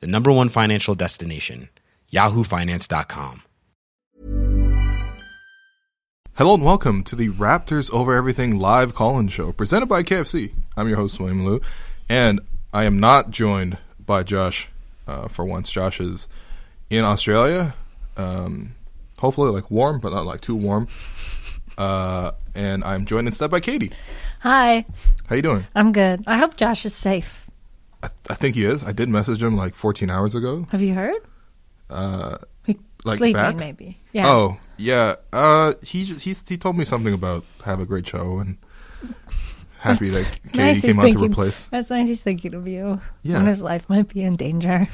the number one financial destination, yahoofinance.com. Hello and welcome to the Raptors Over Everything live call-in show presented by KFC. I'm your host William Liu, and I am not joined by Josh. Uh, for once, Josh is in Australia. Um, hopefully, like warm, but not like too warm. Uh, and I'm joined instead by Katie. Hi, How you doing? I'm good. I hope Josh is safe. I, I think he is. I did message him like 14 hours ago. Have you heard? Uh, He- Like sleeping, back? maybe. Yeah. Oh yeah. Uh, he just, he's, he told me something about have a great show and happy that Katie Nice he's came out to thinking- replace. That's nice. He's thinking of you. Yeah. When his life might be in danger.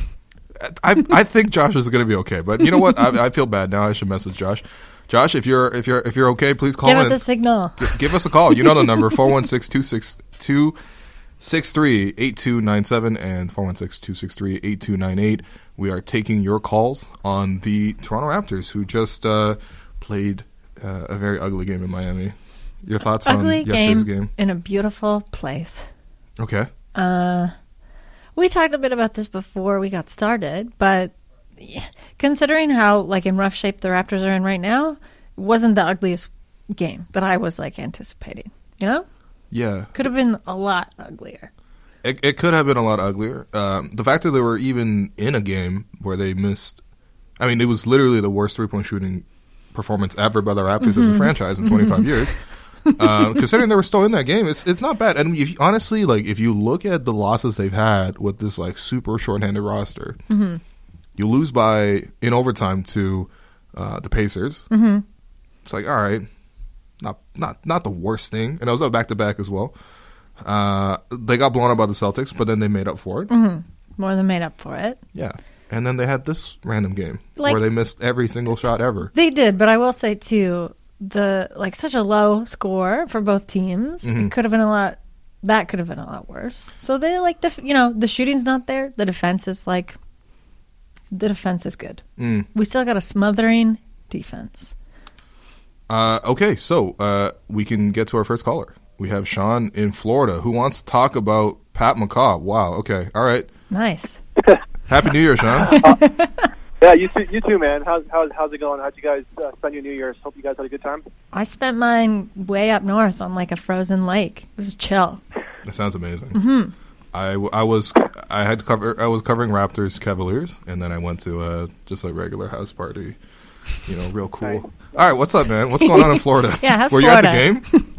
I I think Josh is going to be okay, but you know what? I, I feel bad now. I should message Josh. Josh, if you're if you're if you're okay, please call Give in. us a signal. G- give us a call. You know the number 416-262-638297 and 416-263-8298. We are taking your calls on the Toronto Raptors who just uh, played uh, a very ugly game in Miami. Your thoughts Ugly on yesterday's game, game? in a beautiful place. Okay. Uh, we talked a bit about this before we got started, but considering how like in rough shape the Raptors are in right now, it wasn't the ugliest game that I was like anticipating. You know, Yeah. could have been a lot uglier. It, it could have been a lot uglier. Um, the fact that they were even in a game where they missed, I mean, it was literally the worst three point shooting performance ever by the Raptors as a franchise in 25 years. um, considering they were still in that game, it's it's not bad. And if you, honestly, like if you look at the losses they've had with this like super shorthanded roster, you lose by in overtime to uh, the Pacers. Mm-hmm. It's like all right, not not not the worst thing. And it was back to back as well. Uh, they got blown out by the Celtics, but then they made up for it. Mm-hmm. More than made up for it. Yeah. And then they had this random game Like- where they missed every single shot ever. They did, but I will say too, the like such a low score for both teams. It could have been a lot. That could have been a lot worse. So they like def- you know the shooting's not there. The defense is like the defense is good. Mm. We still got a smothering defense. Uh, okay, so uh, we can get to our first caller. We have Sean in Florida who wants to talk about Pat McCaw. Wow. Okay. All right. Nice. Happy New Year, Sean. Yeah, you too, you too, man. How's how's how's it going? How'd you guys uh, spend your New Year's? Hope you guys had a good time. I spent mine way up north on like a frozen lake. It was chill. Mm-hmm. that sounds amazing. I, w- I was I had cover I was covering Raptors Cavaliers and then I went to uh, just a regular house party, you know, real cool. Right. All right, what's up, man? What's going on in Florida? Yeah, how's were you Florida? at the game?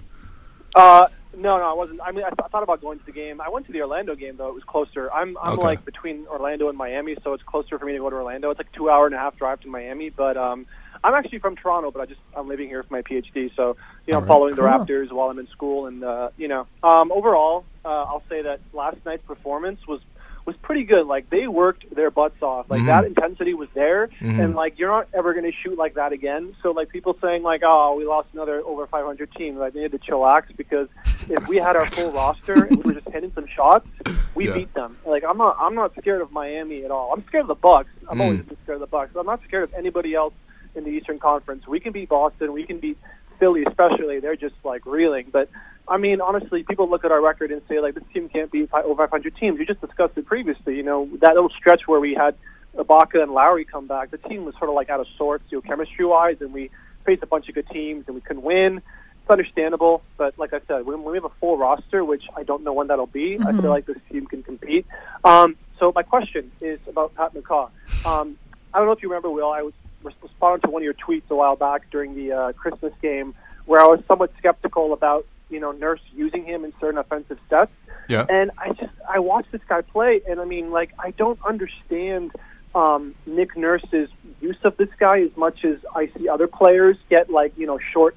Uh, no, no, I wasn't. I mean, I, th- I thought about going to the game. I went to the Orlando game though. It was closer. I'm I'm Okay. like between Orlando and Miami, so it's closer for me to go to Orlando. It's like a two hour and a half drive to Miami. But um, I'm actually from Toronto, but I just I'm living here for my PhD. So you know, All right. following the Cool. Raptors while I'm in school, and uh, you know, um, overall, uh, I'll say that last night's performance was was pretty good. Like they worked their butts off. Like Mhm. that intensity was there, Mm-hmm. Mhm. and like you're not ever going to shoot like that again. So like people saying like, oh, we lost another over 500 team. Like they need to chillax because if we had our full roster and we were just hitting some shots, we Yeah. beat them. Like I'm not I'm not scared of Miami at all. I'm scared of the Bucks. I'm Mm. always been scared of the Bucks. I'm not scared of anybody else in the Eastern Conference. We can beat Boston. We can beat Philly, especially. They're just like reeling. But I mean, honestly, people look at our record and say like this team can't beat fi- over 500 teams. You just discussed it previously. You know that little stretch where we had Ibaka and Lowry come back. The team was sort of like out of sorts, you know, chemistry wise, and we faced a bunch of good teams and we couldn't win. It's understandable, but like I said, when, when we have a full roster, which I don't know when that'll be, I feel like this team can compete. Um, so my question is about Pat McCaw. Um, I don't know if you remember, Will. I was res- responded to one of your tweets a while back during the uh, Christmas game, where I was somewhat skeptical about you know Nurse using him in certain offensive sets. Yeah. And I just I watched this guy play, and I mean, like I don't understand um, Nick Nurse's use of this guy as much as I see other players get like you know short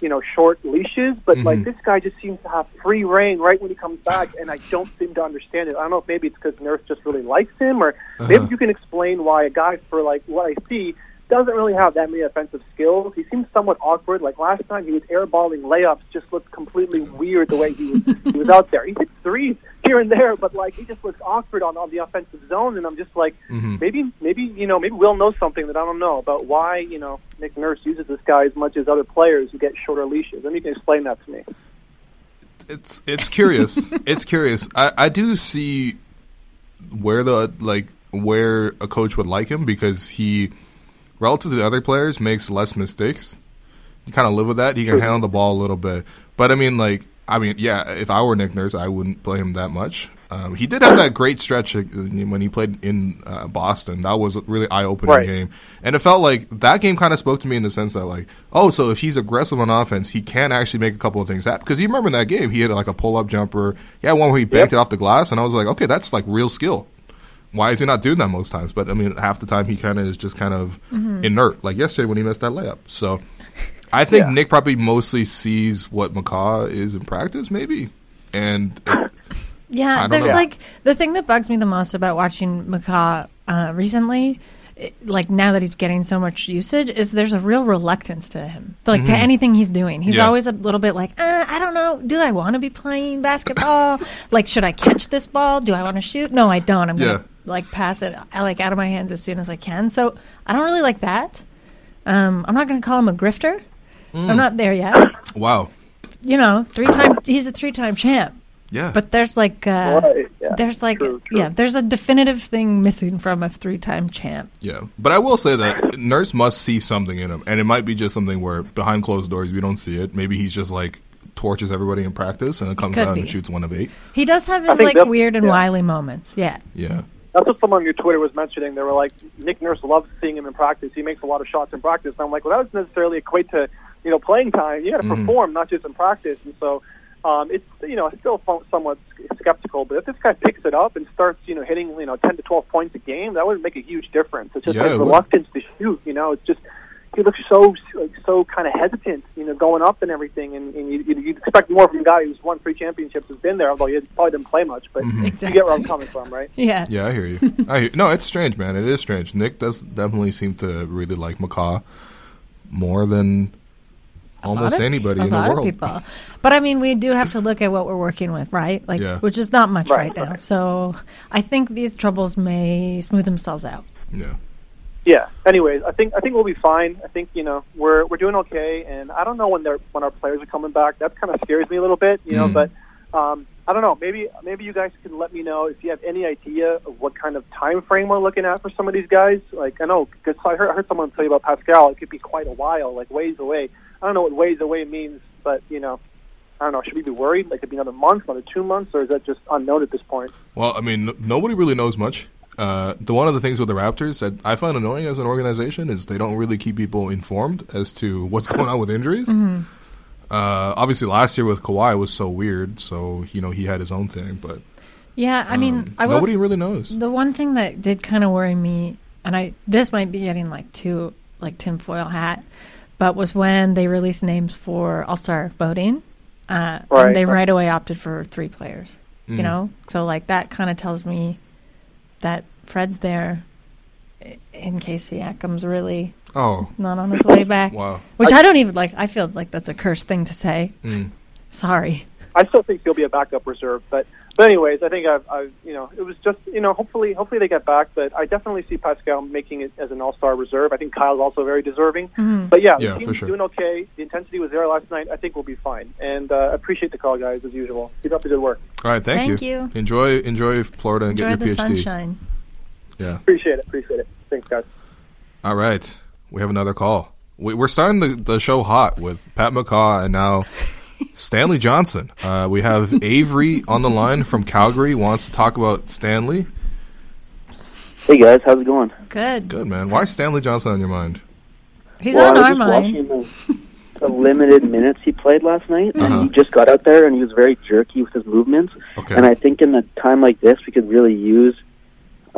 you know, short leashes, but like this guy just seems to have free reign right when he comes back, and I don't seem to understand it. I don't know if maybe it's because Nurse just really likes him, or maybe you can explain why a guy, for like what I see, doesn't really have that many offensive skills. He seems somewhat awkward. Like last time, he was airballing layups, just looked completely weird the way he was, he was out there. He hit threes here and there, but like he just looks awkward on, on the offensive zone. And I'm just like, Hmm. Mm-hmm. maybe, maybe you know, maybe Will knows something that I don't know about why you know Nick Nurse uses this guy as much as other players who get shorter leashes. And you can explain that to me. it's it's curious. it's curious. I, I do see where the like where a coach would like him because he, relative to the other players, makes less mistakes. You kind of live with that. He can handle the ball a little bit. But I mean, like, I mean, yeah. If I were Nick Nurse, I wouldn't play him that much. Um, he did have that great stretch uh, when he played in uh, Boston. That was a really eye opening Right. game, and it felt like that game kind of spoke to me in the sense that, like, oh, so if he's aggressive on offense, he can actually make a couple of things happen. Because you remember in that game, he had like a pull up jumper. He had one where he banked it off the glass, and I was like, okay, that's like real skill why is he not doing that most times? But I mean, half the time he kind of is just kind of Mm-hmm. inert, like yesterday when he missed that layup. So I think Nick probably mostly sees what McCaw is in practice, maybe. And I Yeah, don't there's know. like the thing that bugs me the most about watching Macaw uh, recently, it- like now that he's getting so much usage, is there's a real reluctance to him, like to anything he's doing. He's Mm-hmm. Yeah. always a little bit like, uh, I don't know, do I want to be playing basketball? like, should I catch this ball? Do I want to shoot? No, I don't. I'm Yeah. gonna like pass it uh, like out of my hands as soon as I can. So I don't really like that. Um, I'm not gonna call him a grifter. Mm. I'm not there yet. wow, You know, three time he's a three time champ. yeah, But there's like uh, Right, yeah. there's like True, true. yeah, there's a definitive thing missing from a three-time champ. yeah. But I will say that Nurse must see something in him, and it might be just something where behind closed doors we don't see it. Maybe he's just like torches everybody in practice, and it comes could out and be. shoots one of eight. He does have I his think like that- weird and yeah. wily moments. Yeah. Yeah, That's what someone on your Twitter was mentioning. They were like, Nick Nurse loves seeing him in practice. He makes a lot of shots in practice. And I'm like, well, that doesn't necessarily equate to, you know, playing time. You got to Mm. perform, not just in practice. And so um, it's, you know, still fo- somewhat s- skeptical. But if this guy picks it up and starts, you know, hitting, you know, 10 to 12 points a game, that would make a huge difference. It's just Yeah, like it would. reluctance to shoot. You know, it's just he looks so like, so kind of hesitant, you know, going up and everything. And, and you, you- you'd expect more from a guy who's won three championships, who's been there, although he probably didn't play much. But Mm-hmm. you get where I'm Exactly. coming from, right? Yeah. yeah. I hear you. I hear, no, it's strange, man. It is strange. Nick does definitely seem to really like McCaw more than. A lot Almost of- anybody a in the lot of world. people. But I mean, we do have to look at what we're working with, right? Like Yeah. which is not much Right, right, now. right. So, I think these troubles may smooth themselves out. Yeah. Yeah. Anyways, I think I think we'll be fine. I think you know we're we're doing okay, and I don't know when they're when our players are coming back. That kind of scares me a little bit, you know. Mm. But um, I don't know. Maybe maybe you guys can let me know if you have any idea of what kind of time frame we're looking at for some of these guys. Like I know because I heard, I heard someone tell you about Pascal. It could be quite a while, like ways away. I don't know what ways away means, but you know. I don't know. Should we be worried? Like, it could be another month, another two months, or is that just unknown at this point? Well, I mean, n- nobody really knows much. Uh, the one of the things with the Raptors that I find annoying as an organization is they don't really keep people informed as to what's going on with injuries. Uh, obviously, last year with Kawhi was so weird, so you know he had his own thing, but Yeah, I mean, I will Um, nobody really knows. The one thing that did kind of worry me, and I this might be getting like too like tinfoil hat, but was when they released names for All Star voting. Uh, and Right. they right away opted for three players. Mm. You know, so like that kind of tells me that Fred's there i- in case Siakam's really Oh, not on his way back. wow. Which I don't even like. I feel like that's a cursed thing to say. Mm. Sorry. I still think he'll be a backup reserve. But but anyways, I think I've, I've you know it was just you know hopefully hopefully they get back. But I definitely see Pascal making it as an All Star reserve. I think Kyle's also very deserving. But yeah, Yeah, the for team's sure. doing okay. The intensity was there last night. I think we'll be fine. And uh, I appreciate the call, guys, as usual. Keep up the good work. All right, thank, Thank you. you. Enjoy, enjoy Florida and Enjoy get the your PhD. sunshine. Yeah. Appreciate it. Appreciate it. Thanks, guys. All right, we have another call. We, we're starting the, the show hot with Pat McCaw and now Stanley Johnson. Uh, we have Avery on the line from Calgary wants to talk about Stanley. Hey guys, how's it going? Good. Good man. Why is Stanley Johnson on your mind? He's well, on I our was mind. just watching the, the limited minutes he played last night, Uh-huh. and he just got out there and he was very jerky with his movements. Okay. And I think in a time like this, we could really use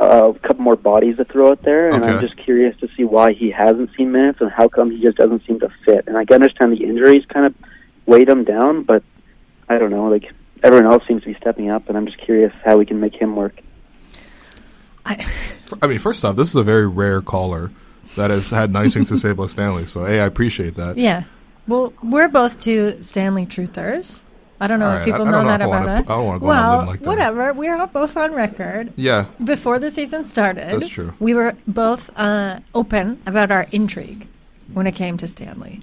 uh, a couple more bodies to throw out there, and I'm Okay. just curious to see why he hasn't seen minutes and how come he just doesn't seem to fit. And I can understand the injuries kind of weighed him down, but I don't know. Like everyone else seems to be stepping up, and I'm just curious how we can make him work. I, I mean, first off, this is a very rare caller that has had nice things to say about Stanley. So, hey, I appreciate that. yeah. Well, we're both two Stanley truthers. I don't know All if right, I- people I know don't know that if I about wanna- us. I don't wanna go on a well, limb like that. whatever. We are both on record. Yeah. Before the season started, That's true. We were both uh, open about our intrigue when it came to Stanley.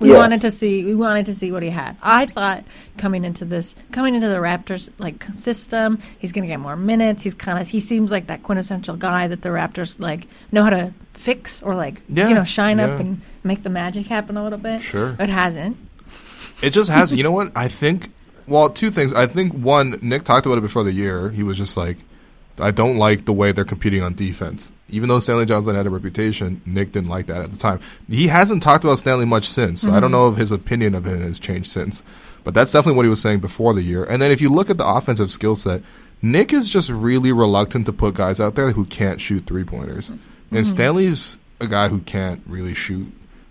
We Yes. wanted to see. We wanted to see what he had. I thought coming into this, coming into the Raptors like system, he's going to get more minutes. He's kind of. He seems like that quintessential guy that the Raptors like know how to fix or like Yeah, you know shine up yeah. and make the magic happen a little bit. Sure. it hasn't. It just has. You know what? I think. Well, two things. I think one, Nick talked about it before the year. He was just like, I don't like the way they're competing on defense. Even though Stanley Johnson had a reputation, Nick didn't like that at the time. He hasn't talked about Stanley much since. So I don't know if his opinion of him has changed since. But that's definitely what he was saying before the year. And then if you look at the offensive skill set, Nick is just really reluctant to put guys out there who can't shoot three pointers. And Stanley's a guy who can't really shoot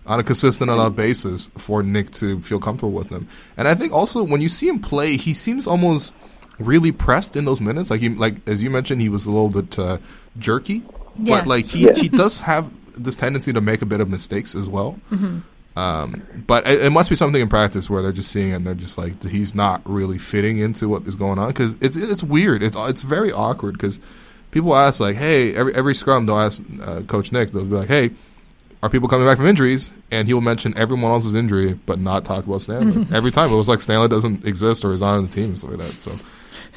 on a consistent enough basis for Nick to feel comfortable with him. And I think also when you see him play, he seems almost really pressed in those minutes. Like he, like as you mentioned, he was a little bit uh, jerky, Yeah. but like he, Yeah. he does have this tendency to make a bit of mistakes as well. Um, but it, it must be something in practice where they're just seeing it and they're just like he's not really fitting into what is going on because it's it's weird. It's it's very awkward because people ask like, hey, every every scrum they'll ask uh, Coach Nick they'll be like, hey, are people coming back from injuries? And he will mention everyone else's injury, but not talk about Stanley. Every time it was like Stanley doesn't exist or is not on the team, and stuff like that. So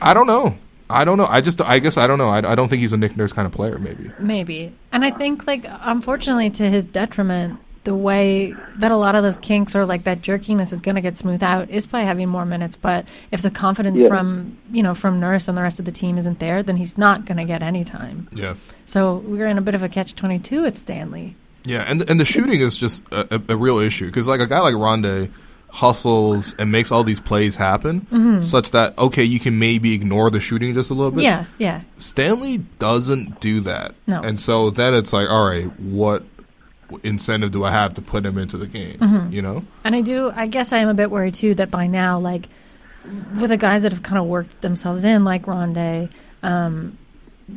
I don't know. I don't know. I just, I guess I don't know. I, I don't think he's a Nick Nurse kind of player, maybe. Maybe. And I think, like, unfortunately, to his detriment, the way that a lot of those kinks or like that jerkiness is going to get smoothed out is by having more minutes. But if the confidence Yeah. from, you know, from Nurse and the rest of the team isn't there, then he's not going to get any time. Yeah. So we're in a bit of a catch 22 with Stanley. Yeah. And, and the shooting is just a, a, a real issue because, like, a guy like Rondé hustles and makes all these plays happen Mm-hmm. such that, okay, you can maybe ignore the shooting just a little bit. yeah, yeah. Stanley doesn't do that. No. And so then it's like, all right, what incentive do I have to put him into the game? Mm-hmm. You know? And I do, I guess I am a bit worried too that by now, like, with the guys that have kind of worked themselves in, like Rondé, um,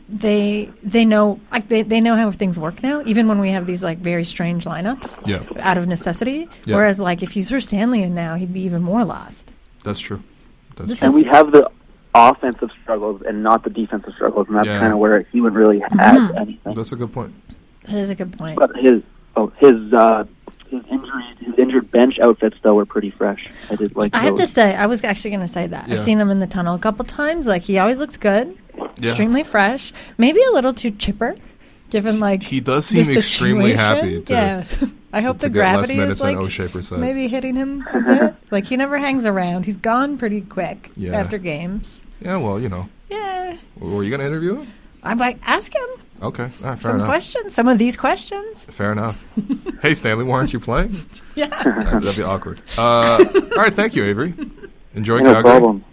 they they know like they, they know how things work now. Even when we have these like very strange lineups, Yeah. out of necessity. Yeah. Whereas like if you threw Stanley in now, he'd be even more lost. That's true. That's This And is we have the offensive struggles and not the defensive struggles, and that's Yeah. kind of where he wouldn't really add Mm-hmm. anything. That's a good point. that is a good point. But his oh his uh, his injury his injured bench outfits though were pretty fresh. I did like. I have to those. say, I was actually going to say that. I've Yeah. seen him in the tunnel a couple times. Like he always looks good, Yeah. extremely fresh. Maybe a little too chipper, given like He does the seem extremely situation. happy to, yeah. I hope to the get less gravity minutes is than like O'Shaper said. maybe hitting him a bit. like he never hangs around. He's gone pretty quick Yeah. after games. Yeah, well, you know. Yeah, Were you going to interview him? I might ask him Okay. All right, fair some enough. questions. Some of these questions. Fair enough. hey, Stanley, why aren't you playing? Yeah. That'd, that'd be awkward. Uh, all right, thank you, Avery. Enjoy no Calgary. problem.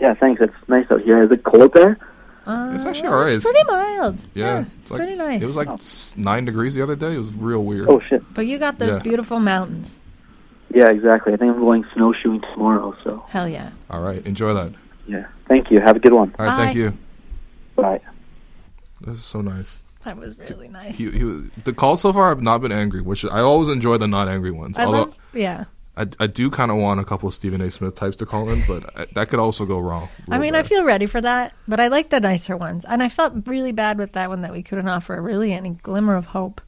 Yeah, thanks. It's nice out here. Is it cold there? Uh, It's actually all right. It's pretty mild. Yeah, it's, it's like- pretty nice. Oh. It was like s- nine degrees the other day. It was real weird. Oh shit. but you got those Yeah. beautiful mountains. Yeah, exactly. I think I'm going snowshoeing tomorrow. So Hell yeah. All right, enjoy that. yeah, thank you. Have a good one. All right, thank Bye. you. Bye. This is so nice. That was really nice. He, he was, the calls so far have not been angry, which I always enjoy the not angry ones. I although love, yeah. I, I do kind of want a couple of Stephen A. Smith types to call in, but I, that could also go wrong. I real mean, I bad. feel ready for that, but I like the nicer ones. And I felt really bad with that one that we couldn't offer really any glimmer of hope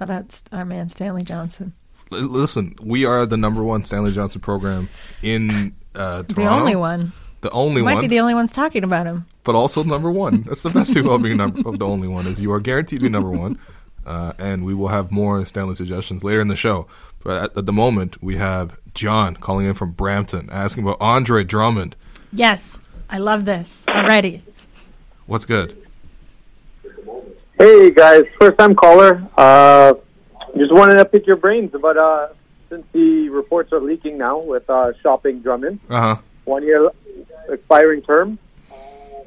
about st- our man Stanley Johnson. L- listen, we are the number one Stanley Johnson program in uh, Toronto. The only one. The only Might one, be the only ones talking about him. but also number one. That's the best thing about being number, of the only one is you are guaranteed to be number one. Uh, and we will have more Stanley suggestions later in the show. But at, at the moment, we have John calling in from Brampton asking about Andre Drummond. Yes, I love this already. What's good? Hey guys, first time caller. Uh, just wanted to pick your brains about uh, since the reports are leaking Uh-huh. now with uh, shopping Drummond, Uh huh. one year expiring term.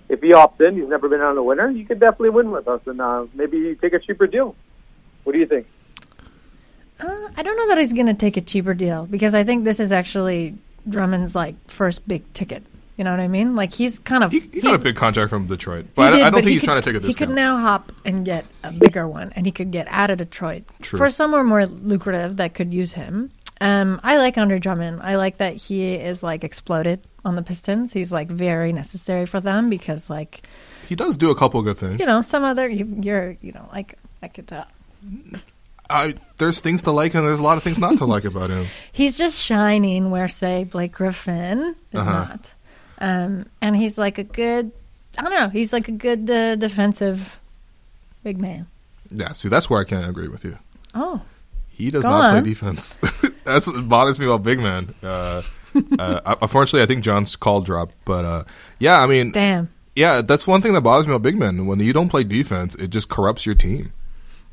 if he opts in, he's never been on a winner. You could definitely win with us, and uh, maybe you take a cheaper deal. What do you think? Uh, I don't know that he's going to take a cheaper deal because I think this is actually Drummond's like first big ticket. You know what I mean? Like he's kind of He, he got he's- a big contract from Detroit, he but I, did, I don't but think he he's could- trying to take a He could discount. now hop and get a bigger one, and he could get out of Detroit True. for somewhere more lucrative that could use him. Um, I like Andre Drummond. I like that he is like exploded on the Pistons. He's like very necessary for them because like He does do a couple good things. you know some other you, you're you know like I could tell I, there's things to like and there's a lot of things not to like about him. he's just shining where say Blake Griffin is Uh-huh. not, um, and he's like a good I don't know he's like a good uh, defensive big man. Yeah, see, that's where I can't agree with you. Oh, He does Go not on. play defense. That's what bothers me about big man. Uh, uh, unfortunately, I think John's call dropped, but uh, yeah, I mean, damn. yeah, that's one thing that bothers me about big men. When you don't play defense, it just corrupts your team,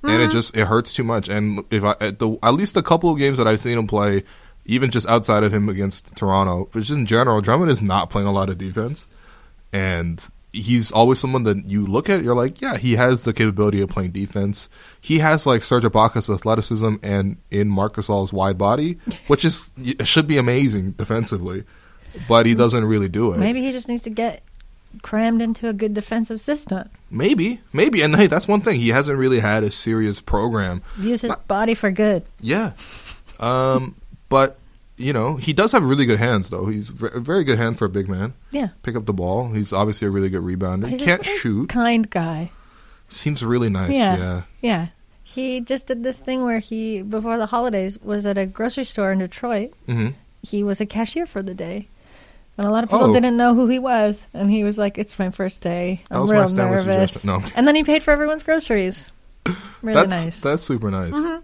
and Mm-hmm. it just it hurts too much. And if I at the at least a couple of games that I've seen him play, even just outside of him against Toronto, but just in general, Drummond is not playing a lot of defense, and he's always someone that you look at. You're like, yeah, he has the capability of playing defense. He has like Serge Ibaka's athleticism and in Marcus All's wide body, which is it should be amazing defensively, but he doesn't really do it. Maybe he just needs to get crammed into a good defensive system. Maybe, maybe, and hey, that's one thing he hasn't really had a serious program. Use his body for good. Yeah, um, but you know he does have really good hands, though. He's ve- a very good hand for a big man. Yeah. Pick up the ball. He's obviously a really good rebounder. He's a Can't very shoot. Kind guy. Seems really nice. Yeah. Yeah. Yeah. He just did this thing where he, before the holidays, was at a grocery store in Detroit. Mhm. He was a cashier for the day. And a lot of people Oh. didn't know who he was. And he was like, it's my first day. That I'm was my real Stanley nervous. suggestion. No, I'm kidding. and then he paid for everyone's groceries. Really that's nice. Mm-hmm. that's super nice.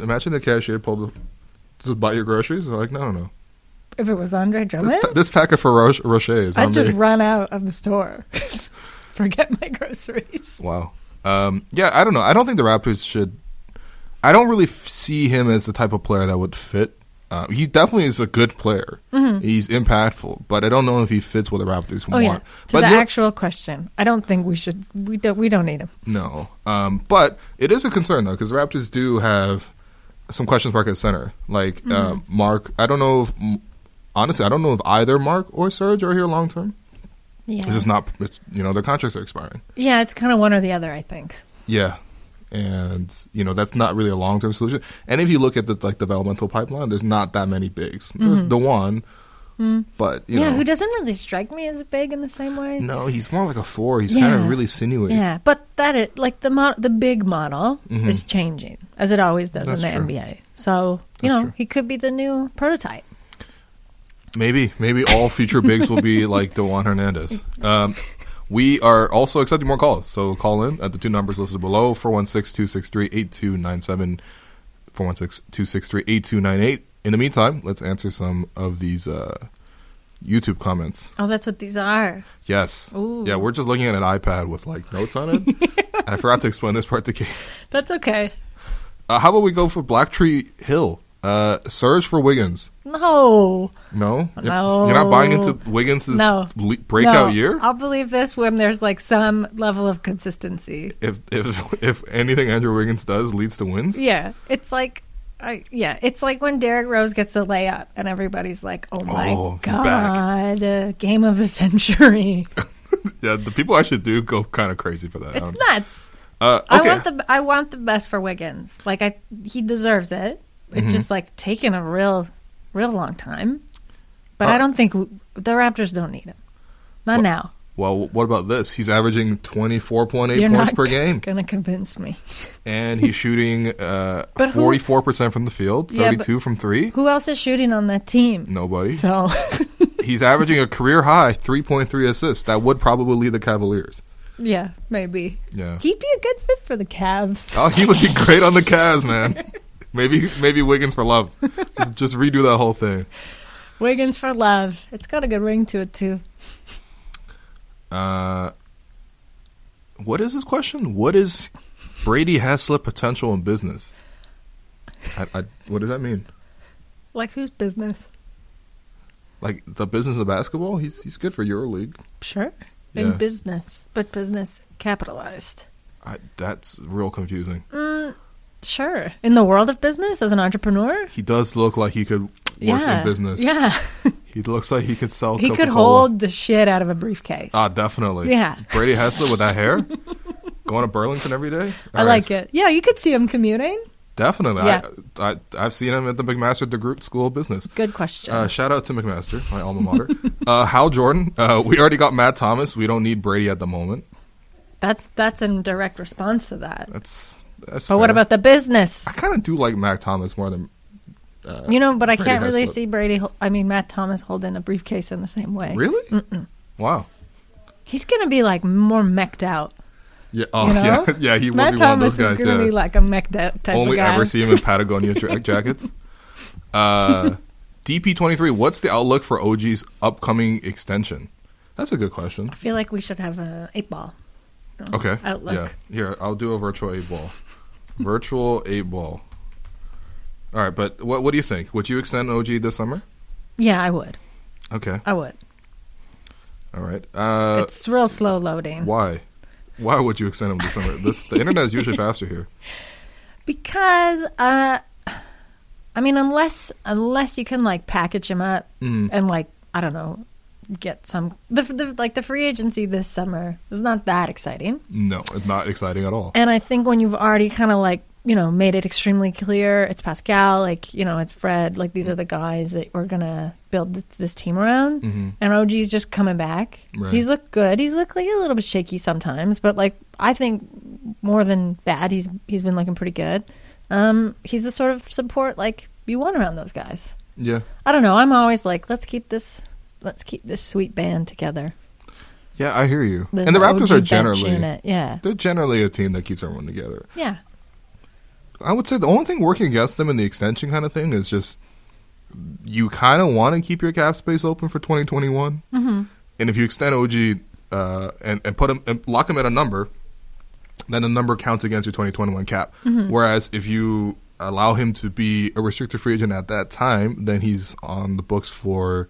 Imagine the cashier pulled the, just buy your groceries. They're like, no, no, if it was Andre no. Drummond, This, pa- this pack of Ferroche Rocher is on I'd just me. run out of the store. Forget my groceries. Wow. Um, yeah, I don't know. I don't think the Raptors should. I don't really f- see him as the type of player that would fit. Uh, he definitely is a good player. He's impactful, but I don't know if he fits what the Raptors Mm-hmm. Oh want. yeah. To but the you- actual question, I don't think we should. We don't. We don't need him. no, um, but it is a concern though because the Raptors do have some questions mark at center. Like um, Mm-hmm. Mark, I don't know if honestly, I don't know if either Mark or Serge are here long term. Yeah. It's just not. It's, you know, their contracts are expiring. yeah, it's kind of one or the other. I think. Yeah, and you know that's not really a long term solution. And if you look at the like developmental pipeline, there's not that many bigs. There's the one, but you Mm-hmm. Hmm. yeah. know, Who doesn't really strike me as big in the same way? no, he's more like a four. He's kind Yeah. of really sinuated. Yeah, but that it like the mod- the big model is changing as it always does Mm-hmm. That's in the true. NBA. So you That's know true. he could be the new prototype. Maybe, maybe all future bigs will be like Dewan Hernandez. Um, we are also accepting more calls, so call in at the two numbers listed below 416 263 8297. 416 263 8298. In the meantime, let's answer some of these uh, YouTube comments. Oh, that's what these are. Yes. Ooh. Yeah, we're just looking at an iPad with like notes on it. and I forgot to explain this part to Kate. That's okay. Uh, how about we go for Blacktree Hill? Uh, Surge for Wiggins. No, No? You're- No. You're not buying into Wiggins' No. le- breakout No. year? I'll believe this when there's like some level of consistency. If, if if anything Andrew Wiggins does leads to wins? Yeah, it's like, I, yeah, it's like when Derrick Rose gets a layup and everybody's like, "Oh my Oh, he's god, uh, game of the century!" Yeah, the people actually do go kind of crazy for that. I It's don't- nuts. Uh, I Um, okay. want the I want the best for Wiggins. Like I, he deserves it. It's Mm-hmm. just like taking a real, real long time. But I Uh, don't think w- the Raptors don't need him. Not now. well, what about this? He's averaging 24.8 You're points not per game, gonna convince me. and he's shooting uh, But who- 44% from the field, Yeah, but- 32 from three. Who else is shooting on that team? Nobody. So He's averaging a career high 3.3 assists. That would probably lead the Cavaliers. yeah, maybe Yeah. he'd be a good fit for the Cavs. Oh, he would be great on the Cavs, man. Maybe maybe Wiggins for love. Just, just redo that whole thing. Wiggins for love. It's got a good ring to it too. Uh, what is this question? What is Brady Haslett potential in business? I, I, what does that mean? Like whose business? Like the business of basketball? He's he's good for EuroLeague. Sure. in Yeah. business, but business capitalized. Mm, I, that's real confusing. Sure. In the world of business as an entrepreneur? He does look like he could work yeah. in business. Yeah. He looks like he could sell. he could Oh, Coca-Cola. hold the shit out of a briefcase. Ah, definitely. Yeah. Brady Hessler with that hair, going to Burlington every day. I like it. Yeah, you could see him commuting. Definitely. Yeah. I, I I've seen him at the McMaster DeGroote School of Business. Good question. Uh, shout out to McMaster, my alma mater. uh, Hal Jordan. Uh, we already got Matt Thomas. We don't need Brady at the moment. that's that's in direct response to that. That's. that's But what fair. about the business? I kind of do like Matt Thomas more than. Uh, You know, but I Brady can't really Haslip. see Brady. hol- I mean, Matt Thomas holding a briefcase in the same way. Really? Wow. He's gonna be like more mecked out. Yeah. Oh, You know? yeah. Yeah. He will Matt be Thomas one of is those guys. gonna yeah. be like a mecked out type Only of guy. ever see him in Patagonia dra- jackets. Uh, DP23. What's the outlook for OG's upcoming extension? That's a good question. I feel like we should have a eight ball. Okay. Outlook. Yeah. Here, I'll do a virtual eight ball. virtual eight ball. All right, but what what do you think? Would you extend OG this summer? Yeah, I would. Okay. I would. All right. Uh, it's real slow loading. why? Why would you extend him this summer? This the internet is usually faster here. Because uh I mean unless unless you can like package him up Mm. and like I don't know get some the, the like the free agency this summer was not that exciting. No, it's not exciting at all. And I think when you've already kind of like, you know, made it extremely clear, it's Pascal, like, you know, it's Fred, like these are the guys that we're going to build th- this team around. And OG's just coming back. Mm-hmm. Right. He's looked good. He's looked like a little bit shaky sometimes, but like I think more than bad, he's he's been looking pretty good. Um he's the sort of support like you want around those guys. Yeah. I don't know. I'm always like, let's keep this let's keep this sweet band together. Yeah, I hear you. This and the Raptors OG are bench generally unit. yeah. they're generally a team that keeps everyone together. Yeah. I would say the only thing working against them in the extension kind of thing is just you kind of want to keep your cap space open for 2021. Mm-hmm. And if you extend OG uh, and, and put him and lock him at a number, then the number counts against your 2021 cap. Mm-hmm. Whereas if you allow him to be a restricted free agent at that time, then he's on the books for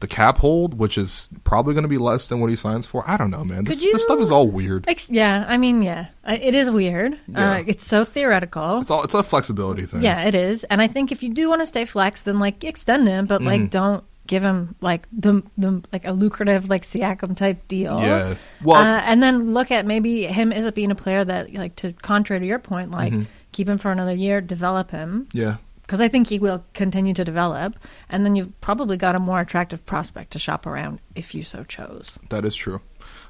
the cap hold, which is probably going to be less than what he signs for. I don't know, man. This, Could you- this stuff is all weird. Ex- yeah, I mean, yeah, I, it is weird. Yeah. Uh, it's so theoretical. It's all it's a flexibility thing. yeah, it is. And I think if you do want to stay flex, then like extend him, but Mm-hmm. like don't give him like the the like a lucrative like Siakam type deal. Yeah. Well- uh, and then look at maybe him as being a player that like to contrary to your point, like keep him for another year, develop him Mm-hmm. Yeah. because I think he will continue to develop, and then you've probably got a more attractive prospect to shop around if you so chose. That is true.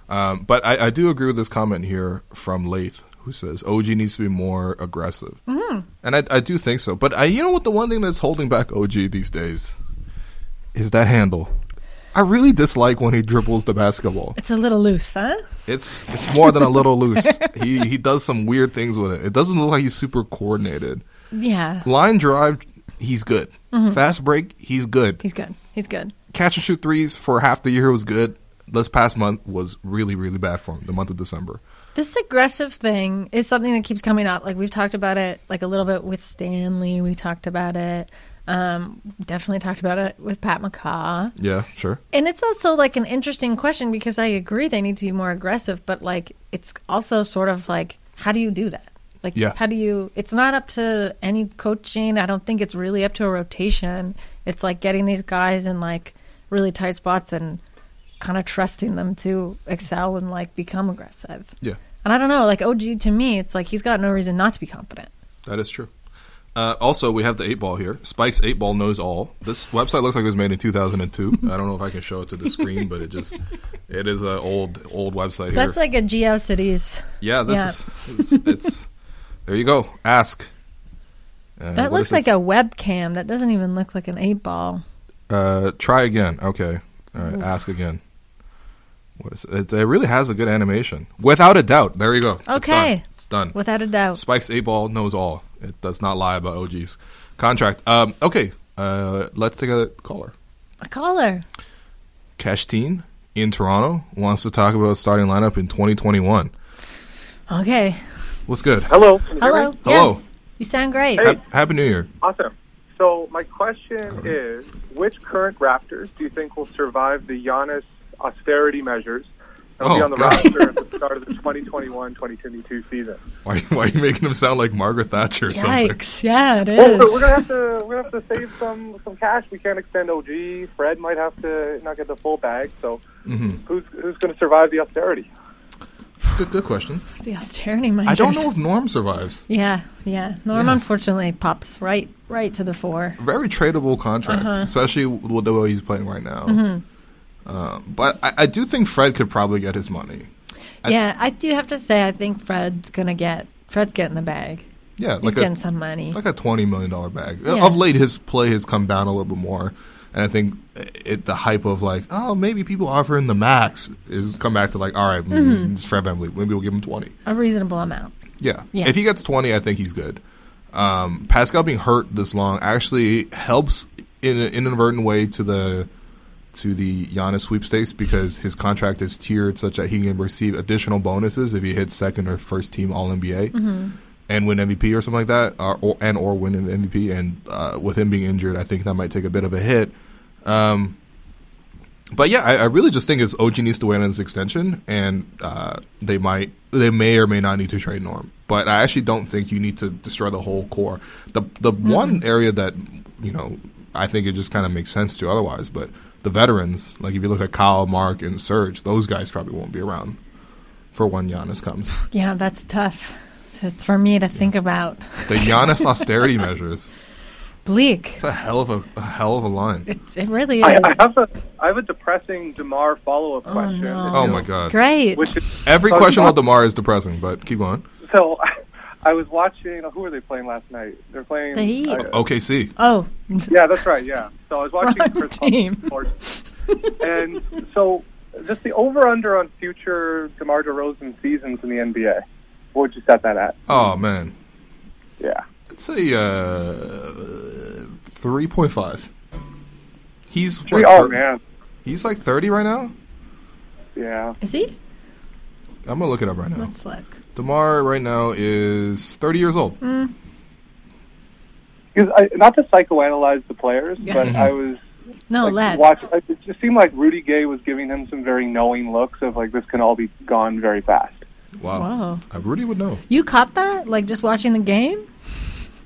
Um, but I, I do agree with this comment here from Lath, who says OG needs to be more aggressive, and I, I do think so. But I, you know what, the one thing that's holding back OG these days is that handle. I really dislike when he dribbles the basketball. It's a little loose, huh? It's it's more than a little loose. He he does some weird things with it. It doesn't look like he's super coordinated. Yeah, Line drive, he's good. Fast break, he's good. he's good. He's good. Catch and shoot threes for half the year was good. This past month was really really bad for him. The month of December. This aggressive thing is something that keeps coming up. Like we've talked about it, like a little bit with Stanley. We talked about it. Um, definitely talked about it with Pat McCaw. Yeah, sure. And it's also like an interesting question because I agree they need to be more aggressive, but like it's also sort of like how do you do that? Like Yeah. how do you it's not up to any coaching. I don't think it's really up to a rotation. It's like getting these guys in like really tight spots and kind of trusting them to excel and like become aggressive. Yeah, And I don't know, like OG to me, it's like he's got no reason not to be confident. that is true. Uh, also, we have the eight ball here. Spike's eight ball knows all. This website looks like it was made in 2002. I don't know if I can show it to the screen, but it just it is an old old website here. That's like a Geo Cities. yeah, this is it's, it's there. You go. Ask. Uh, That what looks is like this? a webcam. That doesn't even look like an eight ball. Uh, try again. Okay. All right. Ask again. What is it? It really has a good animation, without a doubt. There you go. It's done. Okay. It's done. Without a doubt. Spike's eight ball knows all. It does not lie about OG's contract. Um, okay, uh, let's take a caller. A caller. Cashteen in Toronto wants to talk about starting lineup in 2021. Okay. What's good? Hello. Can you hear me? Hello. Hello. Yes. You sound great. Hey. Ha- Happy New Year. Awesome. So my question is, which current Raptors do you think will survive the Giannis austerity measures He'll be Oh, on the God. roster at the start of the 2021-2022 season. Why, why are you making him sound like Margaret Thatcher or something? Oh, Yikes! Yeah, it Well, we're, we're is. gonna have to we're gonna have to save some some cash. We can't extend OG. Fred might have to not get the full bag. So Mm-hmm. who's who's gonna survive the austerity? Good, good question. The austerity minders. I don't know if Norm survives. Yeah, yeah. Norm Yeah. unfortunately pops right, right to the fore. Very tradable contract, especially with the way he's playing right now. Mm-hmm. Uh, but I, I do think Fred could probably get his money. I- yeah, I do have to say, I think Fred's gonna get. Fred's getting the bag. Yeah, He's like getting a, some money. like a twenty million dollar bag. Yeah. Of late, his play has come down a little bit more, and I think it, the hype of like, oh, maybe people offering the max is come back to like, all right, mm, it's Fred VanVleet. Maybe we'll give him twenty. a reasonable amount. Yeah. Yeah. If he gets 20, I think he's good. Um, Pascal being hurt this long actually helps in an inadvertent way to the to the Giannis sweepstakes because his contract is tiered such that he can receive additional bonuses if he hits second or first team All NBA Mm-hmm. Mm-hmm. and win MVP or something like that, or, or and or win an MVP. And uh, with him being injured, I think that might take a bit of a hit. Um, but yeah, I, I really just think it's OG needs to win on his extension, and uh, they might, they may or may not need to trade Norm. But I actually don't think you need to destroy the whole core. The the one area that you know I think it just kind of makes sense to otherwise. But the veterans, like if you look at Kyle, Mark, and Serge, those guys probably won't be around for when Giannis comes. Yeah, that's tough to, for me to think about. The Giannis austerity measures. Bleak. It's a hell of a, a hell of a line. It's, it really I, is. I have a I have a depressing Demar follow up question. no. if Oh you- my god! Great. Which is Every Oh, question no. about Demar is depressing, but keep going. so. I was watching. Who were they playing last night? They're playing The Heat. uh, OKC. oh, Yeah, that's right. Yeah. So I was watching Wrong Chris team. Paul's report. and so just the over under on future DeMar DeRozan seasons in the NBA. What would you set that at? Oh man. Yeah. I'd say uh, three point five. He's what, Three, oh thir- man. He's like thirty right now. Yeah. is he? I'm gonna look it up right now. Let's look. Demar right now is thirty years old. 'Cause I, not to psychoanalyze the players, Yeah. but I was No, like, let's. watch. Like, it just seemed like Rudy Gay was giving him some very knowing looks of like this can all be gone very fast. Wow. Wow. I really Uh, would know. You caught that? Like just watching the game?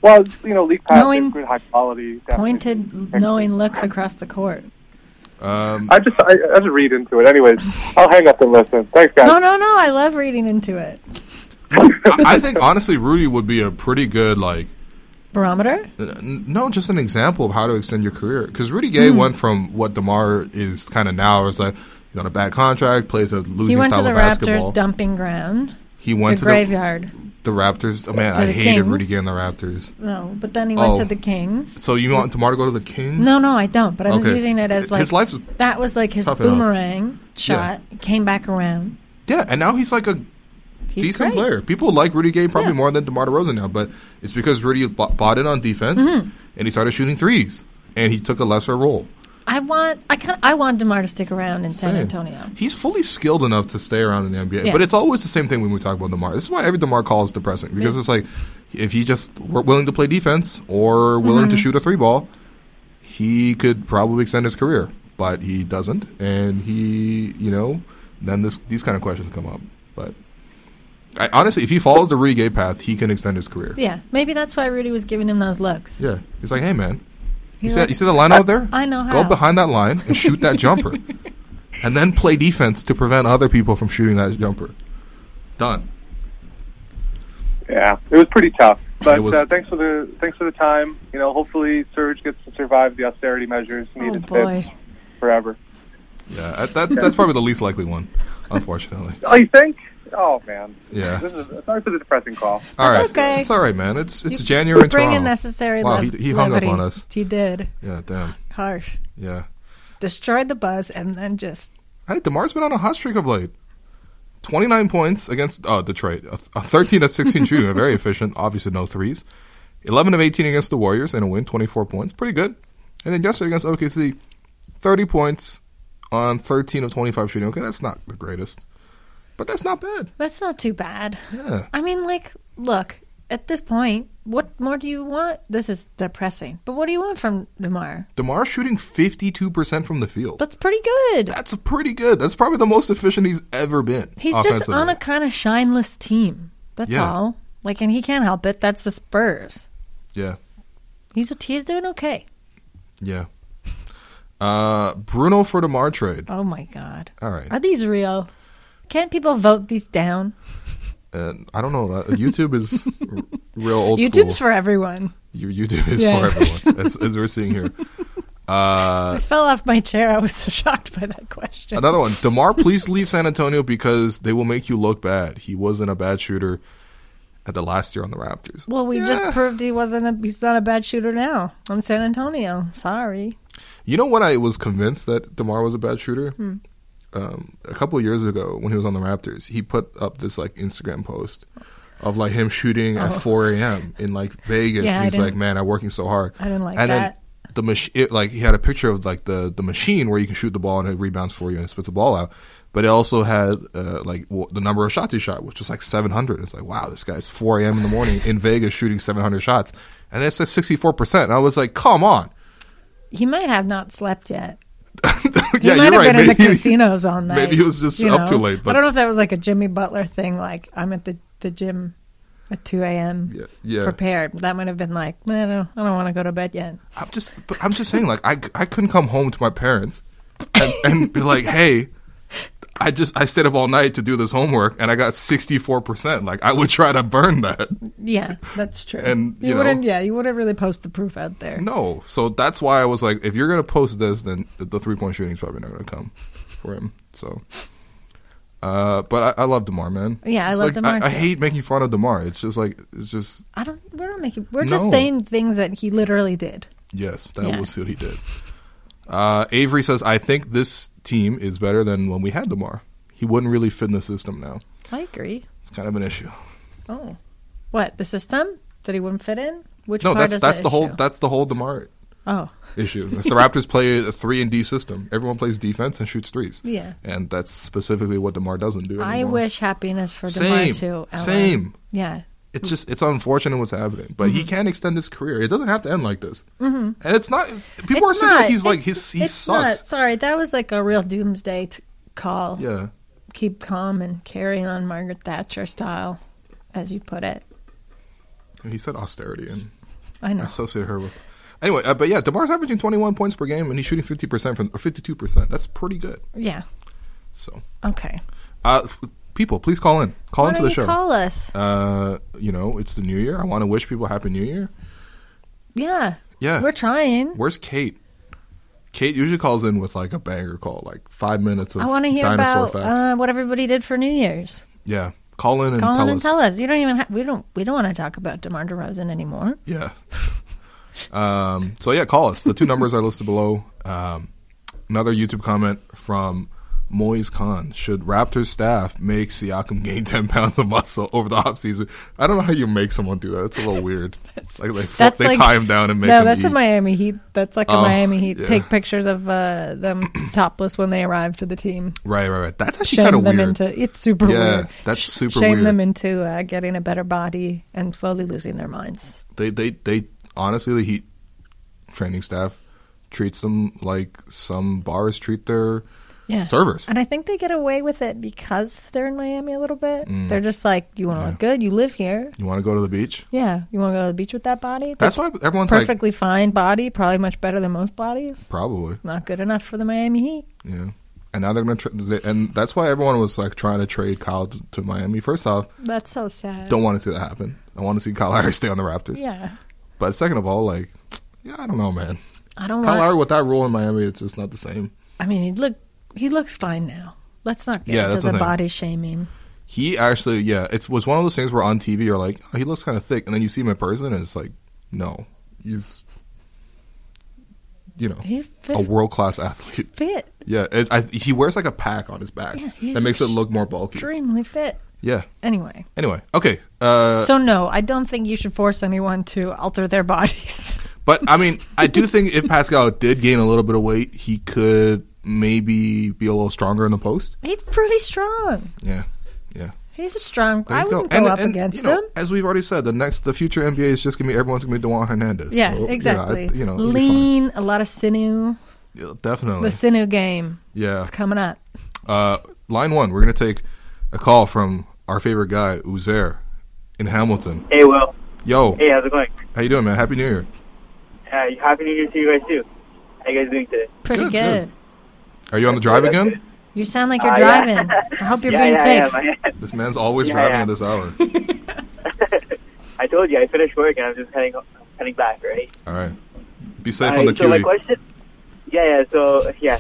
Well, you know, league passes, Knowing- good high quality, definitely. Pointed, knowing looks across the court. Um, I just I, I just read into it. Anyways, I'll hang up and listen. Thanks, guys. No, no, no. I love reading into it. I I think honestly, Rudy would be a pretty good like. Barometer? n- n- No, just an example of how to extend your career. Because Rudy Gay Hmm. went from what Demar is kind of now. It's like he's on a bad contract, plays a losing He went style to the of Raptors basketball. dumping ground, he the went to the, graveyard. the Raptors. Oh man, To I the hated Kings. Rudy Gay and the Raptors. No, but then he went Oh. to the Kings. So you want Demar to go to the Kings? No, no, I don't. But I was Okay. using it as like his life's that was like his Tough enough. boomerang shot. Came back around. yeah, and now he's like a He's decent great. player. People like Rudy Gay probably Yeah. more than Demar Derozan now, but it's because Rudy b- bought in on defense Mm-hmm. and he started shooting threes and he took a lesser role. I want I kind I want Demar to stick around in San Same. Antonio. He's fully skilled enough to stay around in the NBA, Yeah. but it's always the same thing when we talk about Demar. This is why every Demar call is depressing because it's like if he just were willing to play defense or willing to shoot a three ball, he could probably extend his career, but he doesn't, and he you know then this these kind of questions come up, but. I, honestly, if he follows the Rudy Gay path, he can extend his career. Yeah, maybe that's why Rudy was giving him those looks. Yeah. He's like, hey, man, you He's see, like, you see the line out there? I know Go how." behind that line and shoot that jumper. And then play defense to prevent other people from shooting that jumper. Done. Yeah, it was pretty tough. But It was- uh, thanks for the thanks for the time. You know, hopefully Surge gets to survive the austerity measures oh needed to fit boy, forever. Yeah, that, that, that's probably the least likely one, unfortunately. Oh, you think? Oh man, Yeah. this is sorry for the depressing call. All right. okay. It's all right, man. It's it's You- January in bring Toronto. in necessary. Wow, lev- he- he hung up levity. on us. He did. yeah, damn. Harsh. Yeah. Destroyed the buzz and then just Hey, DeMar's been on a hot streak of late. 29 points against uh, Detroit, a, a 13 at 16 shooting, very efficient, obviously no threes. 11 of 18 against the Warriors and a win, 24 points, pretty good. And then yesterday against OKC, 30 points on 13 of 25 shooting. Okay, that's not the greatest, but that's not bad. that's not too bad. Yeah. I mean, like, look, at this point, what more do you want? This is depressing. But what do you want from Demar? Demar shooting fifty two percent from the field. That's pretty good. That's pretty good. That's probably the most efficient he's ever been. He's just offensively. on a kind of shineless team. That's Yeah. all. Like, and he can't help it. That's the Spurs. yeah, He's he's doing okay. yeah. Uh, Bruno for Demar trade. Oh my god, All right, are these real? Can't people vote these down? uh, I don't know. Uh, YouTube is r- real old YouTube's school. for everyone. Your YouTube is Yeah. for everyone, as, as we're seeing here. Uh, I fell off my chair. I was so shocked by that question. Another one. Demar, please leave San Antonio because they will make you look bad. He wasn't a bad shooter at the last year on the Raptors. Well, we Yeah. just proved he wasn't. A, he's not a bad shooter now on San Antonio. Sorry. You know when I was convinced that Demar was a bad shooter? Hmm. Um, a couple of years ago, when he was on the Raptors, he put up this like Instagram post of like him shooting at 4 a.m. in like Vegas. Oh. Yeah, I and he's like, didn't- "Man, I'm working so hard." I didn't like and that. Then the mach- it, like he had a picture of like the the machine where you can shoot the ball and it rebounds for you and it spits the ball out. But it also had uh, like w- the number of shots he shot, which was like 700. It's like, wow, this guy's 4 a.m. in the morning in Vegas shooting 700 shots, and it says 64 percent. And I was like, come on. He might have not slept yet. He yeah, you're might right. have been in the Maybe- casinos all night. maybe he was just you up too know? late, but- I don't know if that was like a Jimmy Butler thing. Like I'm at the the gym at 2 a.m. Yeah, yeah. prepared. That might have been like, no, no, I don't want to go to bed yet. I'm just, but I'm just saying, like, I, I couldn't come home to my parents and, and be like, hey, I just, I stayed up all night to do this homework and I got 64%. Like, I would try to burn that. Yeah, that's true. And, you know- wouldn't. Yeah, you wouldn't really post the proof out there. No. So that's why I was like, if you're going to post this, then the, the three point shooting's probably not going to come for him. So, uh, but I, I love DeMar, man. Yeah, I It's love like, DeMar, I, I too. hate making fun of DeMar. It's just like, it's just, I don't. We're not making. We're just No. saying things that he literally did. Yes, that Yeah. was what he did. Uh, Avery says, I think this team is better than when we had DeMar. He wouldn't really fit in the system now. I agree. It's kind of an issue. Oh, what the system that he wouldn't fit in? Which No, part that's is that's the whole issue? that's the whole DeMar oh, issue. It's the Raptors play a three and D system. Everyone plays defense and shoots threes. Yeah. and that's specifically what DeMar doesn't do. I anymore. wish happiness for Same, Demar too. Ellen. same. Yeah, It's just it's unfortunate what's happening, but Mm-hmm. he can extend his career. It doesn't have to end like this. Mm-hmm. And it's not. it's- people It's are saying not- that he's like it's- his he it's Not, sucks. sorry, that was like a real doomsday t- call. Yeah, Keep calm and carry on, Margaret Thatcher style, as you put it. he said austerity and I know. associate her with. Anyway, uh, but yeah, Demar's averaging 21 points per game, and he's shooting 50 percent from or 52 percent. That's pretty good. Yeah. So, Okay. uh, people, please call in. Call Why into the don't you show. call us? uh, you know, it's the new year. I want to wish people happy New Year. Yeah. Yeah. We're trying. Where's Kate? Kate usually calls in with like a banger call, like five minutes of I want to hear dinosaur about facts. uh, what everybody did for New Year's. yeah, call in and Call tell in us. and tell us. You don't even. Ha- we don't. We don't want to talk about Demar Derozan anymore. Yeah. um, so yeah, call us. The two numbers are listed below. Um, another YouTube comment from Moise Khan: Should Raptors staff make Siakam gain ten pounds of muscle over the offseason? I don't know how you make someone do that. It's a little weird. like they, fl- that's they like- tie him down and make no, him that's eat. a Miami Heat. That's like a Oh, Miami Heat. yeah. Take pictures of uh, them topless when they arrive to the team. right, right, right. That's actually Shame kind them of weird. into. It's super Yeah, weird. that's Sh- super Shame weird. them into uh, getting a better body and slowly losing their minds. they, they, they honestly the Heat training staff treats them like some bars treat their Yeah. servers. And I think they get away with it because they're in Miami a little bit. Mm. They're just like, you want to look good, you live here. You want to go to the beach? Yeah, you want to go to the beach with that body? That's why everyone's like, perfectly fine body, probably much better than most bodies. probably. Not good enough for the Miami Heat. Yeah, and now they're gonna, tra- they, and that's why everyone was like trying to trade Kyle to, to Miami. First off, That's so sad. don't want to see that happen. I want to see Kyle Lowry stay on the Raptors. Yeah, But second of all, like, yeah, I don't know, man. I don't Kyle want. Lowry with that role in Miami, it's just not the same. I mean, he look he looks fine now. Let's not get Yeah, into that's the the thing. body shaming. He actually, yeah, it was one of those things where on TV you're like, oh, he looks kind of thick, and then you see him in person, and it's like, no, he's, you know, He a fit, world class athlete. fit, Yeah, it, I, he wears like a pack on his back Yeah, he's that makes it look more bulky. extremely fit. Yeah. Anyway, Anyway, okay. Uh, so no, I don't think you should force anyone to alter their bodies. But I mean, I do think if Pascal did gain a little bit of weight, he could maybe be a little stronger in the post. He's pretty strong. Yeah, yeah. He's a strong. There I you go. wouldn't go, up and, against you know, him. As we've already said, the next, the future NBA is just gonna be everyone's gonna be Dewan Hernandez. Yeah, So, exactly. Yeah, I- you know, it'll be fine. Oh, lean, a lot of sinew. Yeah, definitely. The sinew game. yeah. It's coming up. Uh, line one, we're gonna take a call from our favorite guy, Uzair, in Hamilton. Hey, Will. Yo, Hey, how's it going? how you doing, man? Happy New Year. Hey, uh, happy New Year to you guys too. How you guys doing today? Pretty Good, good. good. Are you on the drive That's again? You sound like you're Uh, yeah. driving. I hope you're yeah, being yeah, safe. I, am. I, This man's always Yeah, driving yeah. at this hour. am. I told you I finished work and I'm just heading heading back, right? All right. Be safe Alright, on the Uh, E. so my cutie. question, yeah, yeah. So yeah,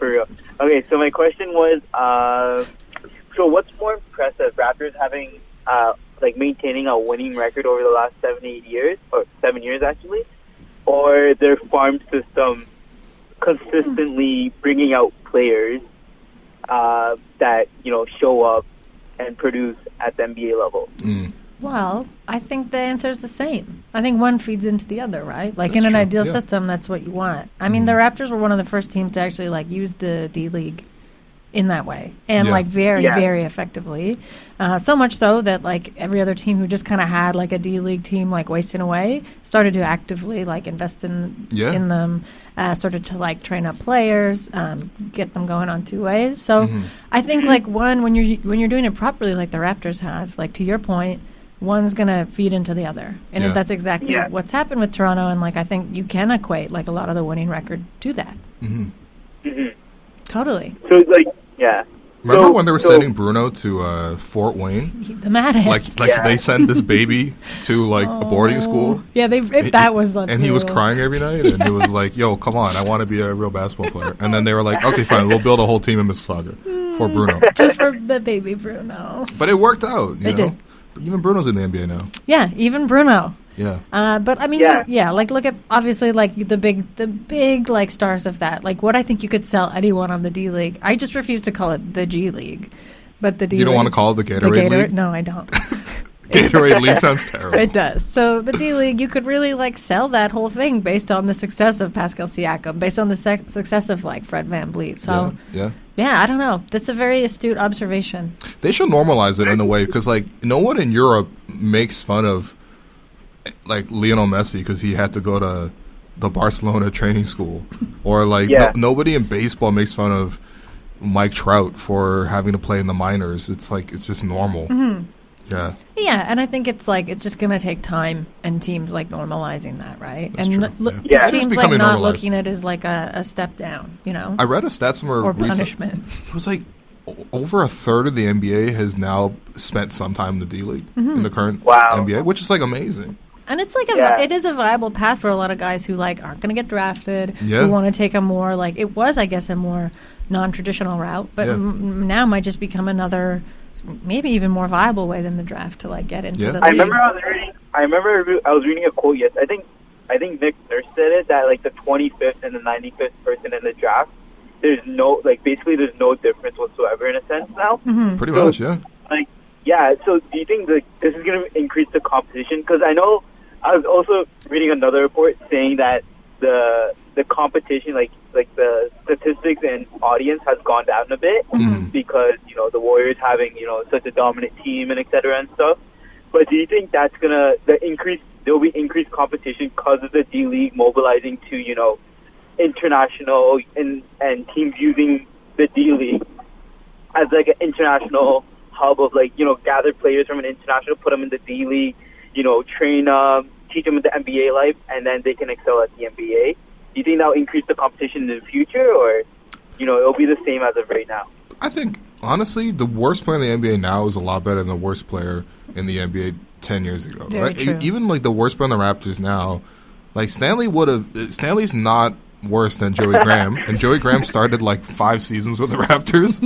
for real. Okay, so my question was, uh, so what's more impressive, Raptors having uh, like maintaining a winning record over the last seven, eight years, or seven years actually, or their farm system consistently bringing out players uh, that you know show up and produce at the NBA level? Mm. Well, I think the answer is the same. I think one feeds into the other, right? Like in That's an true, ideal yeah. Mm-hmm. system, that's what you want. I mean, the Raptors were one of the first teams to actually like use the D League in that way, and Yeah. like very, Yeah. very effectively. Uh, so much so that like every other team who just kind of had like a D League team like wasting away started to actively like invest in Yeah. in them, uh, sort of to like train up players, um, get them going on two ways. So Mm-hmm. I think like one when you're when you're doing it properly, like the Raptors have, like to your point, one's gonna feed into the other, and Yeah. that's exactly Yeah. what's happened with Toronto. And like I think you can equate like a lot of the winning record to that. Mhm. Mhm. Totally, So like, yeah. Remember So- when they were so- sending Bruno to uh, Fort Wayne? He- the Mad Hats. Like, like Yeah. they sent this baby to like a Oh, boarding school. Yeah, they. It, It- that was the and he was deal. crying every night, and it was like, "Yo, come on, I want to be a real basketball player." And then they were like, "Okay, fine, we'll build a whole team in Mississauga Mm. for Bruno." just for the baby Bruno. But it worked out. You It know? did. Even Bruno's in the NBA now. Yeah, even Bruno. Yeah, Uh, but I mean, Yeah. yeah. yeah, like look at obviously like the big, the big like stars of that. Like what I think you could sell anyone on the D League. I just refuse to call it the G League, but the D. you don't League- want to call it the Gatorade the Gator. League. Oh. No, I don't. Gatorade League sounds terrible. it does. So the D League, you could really like sell that whole thing based on the success of Pascal Siakam, based on the sec- success of like Fred Van Vliet. So yeah. yeah. I don't know. That's a very astute observation. They should normalize it in a way because, like, no one in Europe makes fun of like Lionel Messi because he had to go to the Barcelona training school, or like Yeah. no, nobody in baseball makes fun of Mike Trout for having to play in the minors. It's like it's just normal. Mm-hmm. Yeah, Yeah, and I think it's like it's just going to take time and teams like normalizing that, right? That's and true, n- look- yeah. Yeah. It's teams like becoming not normalized. looking at it as like a, a step down, you know, I read a stat somewhere or recent- punishment. It was like o- over a third of the NBA has now spent some time in the D League in the current Mm-hmm. Wow. NBA, which is like amazing. And it's like a, Yeah. it is a viable path for a lot of guys who like aren't going to get drafted. Yeah. Who want to take a more like it was, I guess, a more non-traditional route, but Yeah. m- now might just become another, s- maybe even more viable way than the draft to like get into Yeah. the league. I remember I was reading. I remember re- I was reading a quote. Yes, I think I think Nick Nurse said it that like the 25th and the 95th person in the draft. There's no like basically there's no difference whatsoever in a sense now. Pretty So- much, yeah. Like yeah. So do you think like this is going to increase the competition? Because I know I was also reading another report saying that the the competition like like the statistics and audience has gone down a bit Mhm. because you know the Warriors having you know such a dominant team and et cetera and stuff. But do you think that's gonna the increase? There'll be increased competition because of the D League mobilizing to you know international and and teams using the D League as like an international hub of like you know gather players from an international, put them in the D League, you know train them, teach them the NBA life, and then they can excel at the NBA. Do you think that'll increase the competition in the future, or you know it'll be the same as of right now? I think honestly, the worst player in the NBA now is a lot better than the worst player in the NBA ten years ago. Very right? E- true. Even like the worst player on the Raptors now, like Stanley would have. Stanley's not worse than Joey Graham, and Joey Graham started like five seasons with the Raptors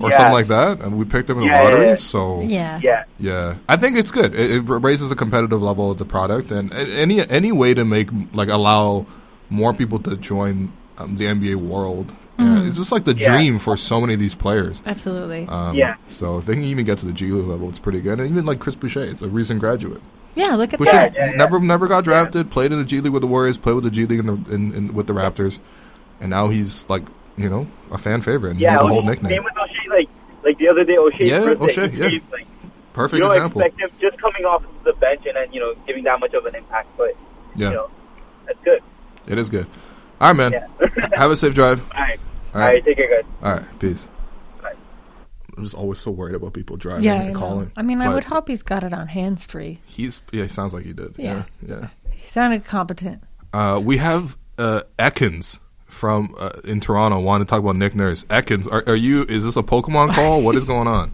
or Yeah. something like that, and we picked him in Yeah, yeah, the lottery. yeah. So yeah. Yeah. yeah, I think it's good. It, it raises the competitive level of the product, and a- any any way to make like allow more people to join um, the NBA world. Mm-hmm. Yeah, it's just like the Yeah. dream for so many of these players. absolutely. Um, Yeah. So if they can even get to the G League level, it's pretty good. And even like Chris Boucher, it's a recent graduate. yeah, look at Boucher that. yeah, yeah. never never got drafted. Played in the G League with the Warriors. Played with the G League in the in, in, with the Raptors, and now he's like you know a fan favorite. And he Yeah, has a O'Shea- whole nickname. Same with O'Shea, like like the other day, O'Shea's Yeah, birthday. O'Shea, yeah. He's like, Perfect you don't example. expect him just coming off of the bench and then you know giving that much of an impact, but Yeah. you know that's good. It is good. All right, man. Have a safe drive. All right, All all right. right, take care, guys. All right. Peace. Bye. I'm just always so worried about people driving Yeah, I, and know. calling. I mean, I But would hope he's got it on hands free. He's yeah. He sounds like he did. Yeah. Yeah. He sounded competent. yeah. Uh, we have uh, Ekins from uh, in Toronto wanting to talk about Nick Nurse. Ekins, are, are you? Is this a Pokemon call? what is going on?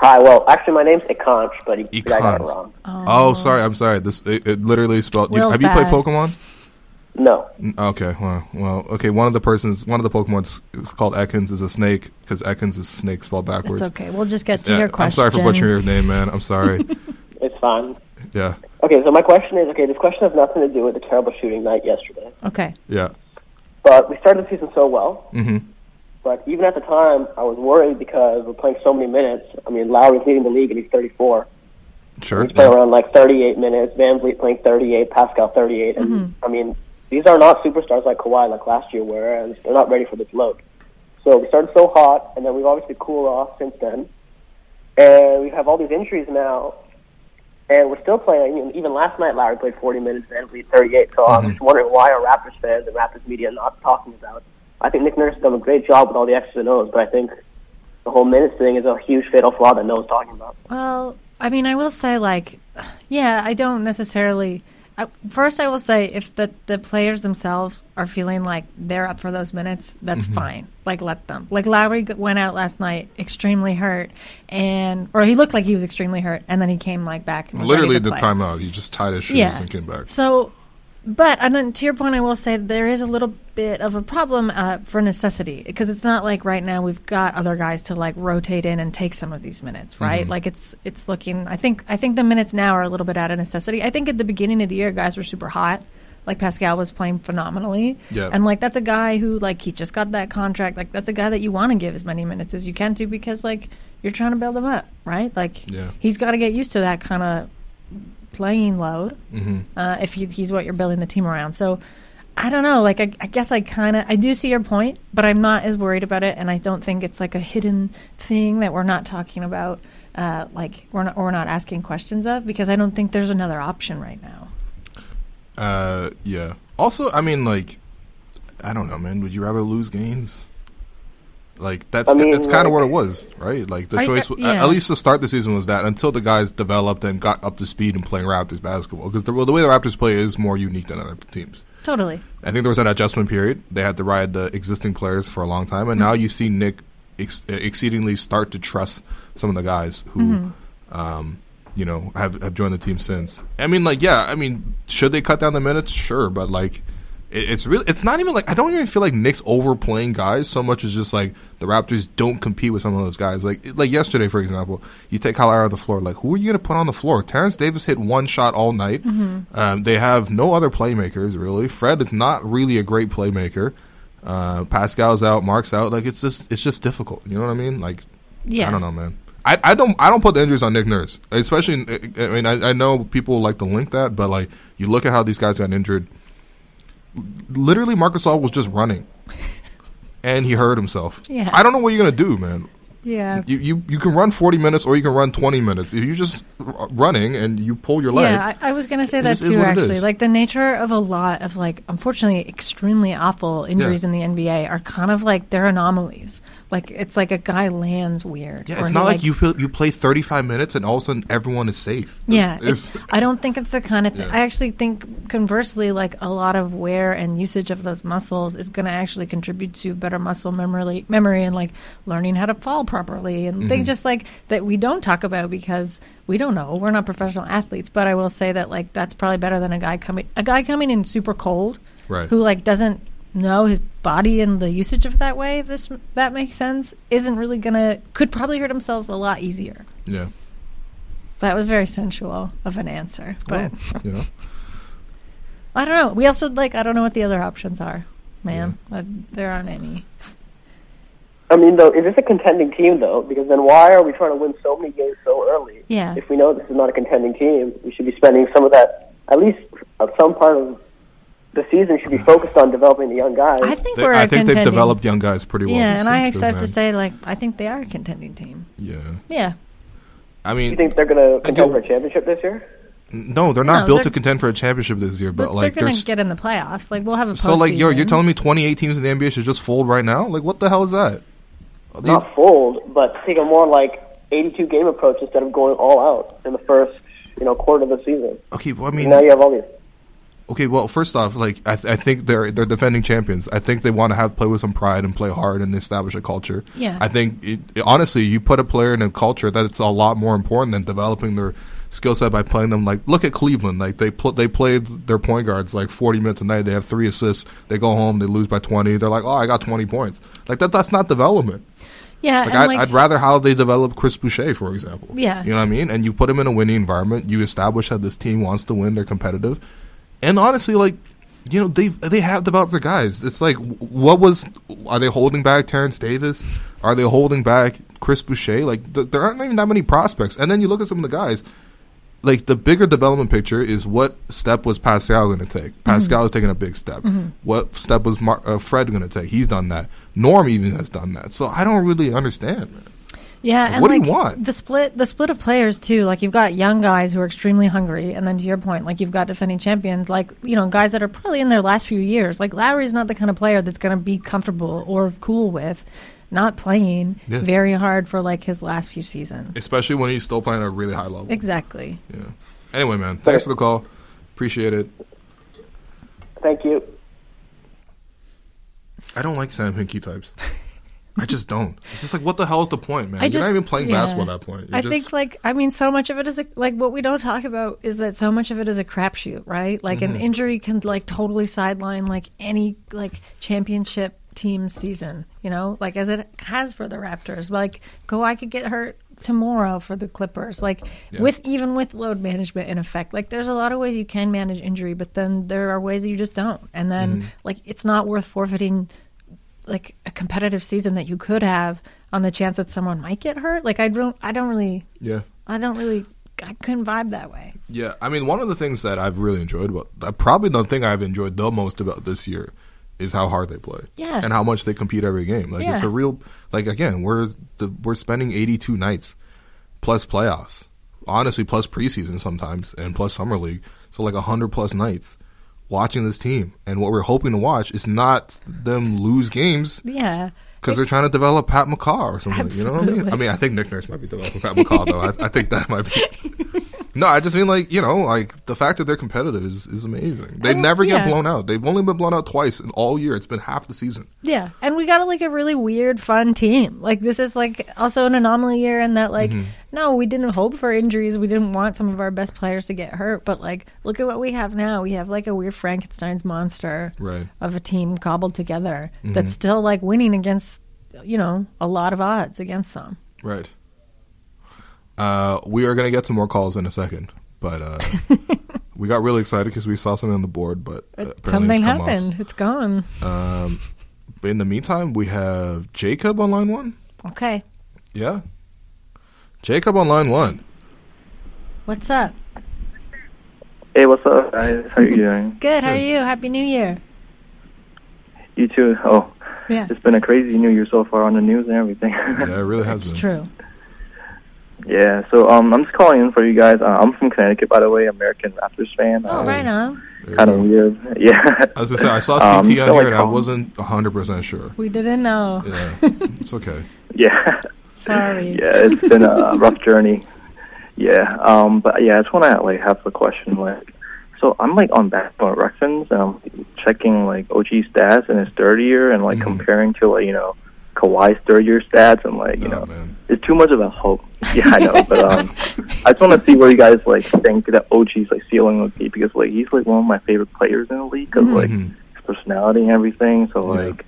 Hi. Well, actually, my name's Ekanch, but he, I got it Ekanch. wrong. Oh, sorry. I'm sorry. This it, it literally spelled. You, Will's have you played bad. Pokemon? No. N- Okay. Well, well. Okay. One of the persons, one of the Pokemon's is called Ekans is a snake because Ekans is snake spelled backwards. It's okay. We'll just get to Yeah, your question. I'm sorry for butchering your name, man. I'm sorry. It's fine. yeah. Okay, so my question is okay, this question has nothing to do with the terrible shooting night yesterday, Okay. Yeah. but we started the season so well. hmm But even at the time, I was worried because we're playing so many minutes. I mean, Lowry's leading the league and he's 34. Sure. He's playing around like 38 minutes. Van Vliet playing 38, Pascal 38. And I mean, these are not superstars like Kawhi like last year were, and they're not ready for this load. So we started so hot, and then we've obviously cooled off since then. And we have all these injuries now, and we're still playing. You know, even last night, Larry played 40 minutes, Van Vliet 38. So I'm just wondering why are Raptors fans and Raptors media not talking about? I think Nick Nurse has done a great job with all the X's and O's, but I think the whole minutes thing is a huge fatal flaw that no one's talking about. Well, I mean, I will say, like, yeah, I don't necessarily. I, first, I will say if the the players themselves are feeling like they're up for those minutes, that's Mm-hmm. fine. Like, let them. Like Lowry g- went out last night extremely hurt, and or he looked like he was extremely hurt, and then he came like back. And was ready Literally to the play. timeout. He just tied his shoes Yeah. and came back. So, but and then to your point, I will say there is a little bit of a problem uh, for necessity because it's not like right now we've got other guys to like rotate in and take some of these minutes, right? Mm-hmm. Like it's it's looking. I think I think the minutes now are a little bit out of necessity. I think at the beginning of the year, guys were super hot. Like Pascal was playing phenomenally, Yeah. and like that's a guy who like he just got that contract. Like that's a guy that you want to give as many minutes as you can to because like you're trying to build him up, right? Like Yeah. he's got to get used to that kind of playing load Mm-hmm. uh, if he, he's what you're building the team around. So I don't know. Like I, I guess I kind of I do see your point, but I'm not as worried about it, and I don't think it's like a hidden thing that we're not talking about. Uh, like we're not, or we're not asking questions of because I don't think there's another option right now. Uh, yeah. Also, I mean, like, I don't know, man. Would you rather lose games? Like that's I mean, that's kind of like- what it was, right? Like the I- choice, I- w- at- yeah. at least to start the season was that. Until the guys developed and got up to speed and playing Raptors basketball, because the, well, the way the Raptors play is more unique than other teams. Totally. I think there was an adjustment period. They had to ride the existing players for a long time, Mm-hmm. and now you see Nick ex- exceedingly start to trust some of the guys who, Mm-hmm. um, you know, have have joined the team since. I mean, like, yeah, I mean, should they cut down the minutes? Sure, but like, it, it's really, it's not even like I don't even feel like Nick's overplaying guys so much as just like the Raptors don't compete with some of those guys. Like, like yesterday, for example, you take Kyle Lowry on the floor. Like, who are you going to put on the floor? Terrence Davis hit one shot all night. Um, they have no other playmakers really. Fred is not really a great playmaker. Uh, Pascal's out, Mark's out. Like, it's just, it's just difficult. You know what I mean? Like, Yeah. I don't know, man. I, I don't I don't put the injuries on Nick Nurse, especially. I mean, I, I know people like to link that, but like you look at how these guys got injured. Literally, Marcus All was just running, and he hurt himself. Yeah. I don't know what you're gonna do, man. Yeah. You you, you can run 40 minutes or you can run 20 minutes. If you're just r- running and you pull your leg, Yeah, I, I was going to say that just is too, what it actually. is. Like, the nature of a lot of, like, unfortunately, extremely awful injuries Yeah. in the NBA are kind of like they're anomalies. Like, it's like a guy lands weird. yeah, or it's he, not like, you feel, you play 35 minutes and all of a sudden everyone is safe. Yeah, It's- it's, I don't think it's the kind of thing. Yeah. I actually think, conversely, like a lot of wear and usage of those muscles is going to actually contribute to better muscle memory, memory, and like learning how to fall properly, and Mm-hmm. things just like that we don't talk about because we don't know. We're not professional athletes, but I will say that like that's probably better than a guy coming a guy coming in super cold, Right. Who like doesn't know his body and the usage of that way. If this that makes sense. Isn't really gonna could probably hurt himself a lot easier. yeah. That was very sensual of an answer, but Well, you know. I don't know. We also like I don't know what the other options are, man. Uh, there aren't any. I mean, though, is this a contending team, though? Because then why are we trying to win so many games so early? Yeah. If we know this is not a contending team, we should be spending some of that, at least uh, some part of the season should be focused on developing the young guys. I think Mm-hmm. They- we're. I a think contending. they've developed young guys pretty well. Yeah, this and I year, too, actually have to man. say, like, I think they are a contending team. Yeah. Yeah, I mean, You think they're going to contend do- for a championship this year? no, they're not No, built they're- to contend for a championship this year, but, But like they're going there's to get in the playoffs. Like we'll have a so like yo, you're postseason. telling me 28 teams in the NBA should just fold right now? Like what the hell is that? Dude, Not fold, but take a more like 82 game approach instead of going all out in the first you know quarter of the season. okay, well, I And mean, now you have all these. okay, well, first off, like I, th- I think they're they're defending champions. I think they want to have play with some pride and play hard and establish a culture. Yeah. I think it, it- honestly, you put a player in a culture that's a lot more important than developing their skill set by playing them. Like look at Cleveland, like they pl- they played their point guards like 40 minutes a night. They have three assists. They go home, they lose by 20. They're like, oh, I got 20 points. Like that that's not development. yeah, Like, and I, like, I'd rather how they develop Chris Boucher, for example. Yeah. You know what I mean? And you put him in a winning environment. You establish that this team wants to win. They're competitive. And honestly, like, you know, they they have developed their guys. It's like, w- what was? Are they holding back Terrence Davis? Are they holding back Chris Boucher? Like, th- there aren't even that many prospects. And then you look at some of the guys. Like the bigger development picture is what step was Pascal going to Mm-hmm. take? Pascal is taking a big step. What step was Mar- uh, Fred going to take? He's done that. Norm even has done that. So I don't really understand. Man. Yeah, Like, and what do you like want? The split, the split of players too. Like you've got young guys who are extremely hungry, and then to your point, like you've got defending champions, like you know guys that are probably in their last few years. Like Lowry's not the kind of player that's going to be comfortable or cool with not playing Yeah. very hard for like his last few seasons. especially when he's still playing at a really high level. Exactly. Yeah. Anyway, man, thanks for the call. Appreciate it. Thank you. I don't like Sam Hinkie types. I just don't. It's just like, what the hell is the point, man? I You're just- not even playing yeah. basketball at that point. You're I just, think like I mean so much of it is a, like what we don't talk about is that so much of it is a crapshoot, right? Like Mm-hmm. an injury can like totally sideline like any like championship team season, you know? Like as it has for the Raptors. Like go I could get hurt tomorrow for the Clippers. Like Yeah. with even with load management in effect. Like there's a lot of ways you can manage injury, but then there are ways that you just don't. And then like it's not worth forfeiting like a competitive season that you could have on the chance that someone might get hurt. Like I don't, I don't really, yeah. I don't really, I couldn't vibe that way. Yeah, I mean, one of the things that I've really enjoyed, well, I probably the thing I've enjoyed the most about this year is how hard they play. Yeah. And how much they compete every game. Like, it's Yeah. a real, like, again, we're, the, we're spending 82 nights plus playoffs, honestly, plus preseason sometimes, and plus summer league. So, like, 100 plus nights watching this team. And what we're hoping to watch is not them lose games Yeah, because they're trying to develop Pat McCaw or something. You know what I mean? Absolutely. I mean, I think Nick Nurse might be developing Pat McCaw though. I, I think that might be. No, I just mean like you know, like the fact that they're competitive is, is amazing. They don't- never get Oh, yeah. blown out. They've only been blown out twice in all year. It's been half the season. yeah, and we got like a really weird, fun team. Like this is like also an anomaly year in that like, Mm-hmm. no, we didn't hope for injuries. We didn't want some of our best players to get hurt, but like, look at what we have now. We have like a weird Frankenstein's monster Right. Mm-hmm. of a team cobbled together that's still like winning against, you know, a lot of odds against them. Right. Uh, we are gonna get some more calls in a second, but uh, we got really excited because we saw something on the board, but uh, apparently it's Something come off. Um, happened. It's gone. But in the meantime, we have Jacob on line one. Okay. Yeah, Jacob on line one. What's up? Hey, what's up, guys? How you doing? Good. How are you? Happy New Year. You too. Oh, Yeah. it's been a crazy New Year so far on the news and everything. Yeah, it really has It's been. true. yeah. So um, I'm just calling in for you guys. Uh, I'm from Connecticut, by the way. American Raptors fan. Oh, um, right on. There you Kind go. of weird. Yeah. I was gonna say I saw Um, CT so, on like, here and I um, wasn't hundred percent sure. We didn't know. Yeah, it's okay. Yeah. Sorry. yeah. It's been a rough journey. Yeah. Um. But yeah, I just want to like have the question like. So I'm like on basketball reference, um, checking like OG stats and his third year, and like Mhm. comparing to like you know Kawhi's third year stats, and like you No, know Oh, man. it's too much of a hope. Yeah, I know, but um, I just want to see where you guys like think that OG's like ceiling would be because like he's like one of my favorite players in the league because like Mhm. his personality and everything. So Yeah. like,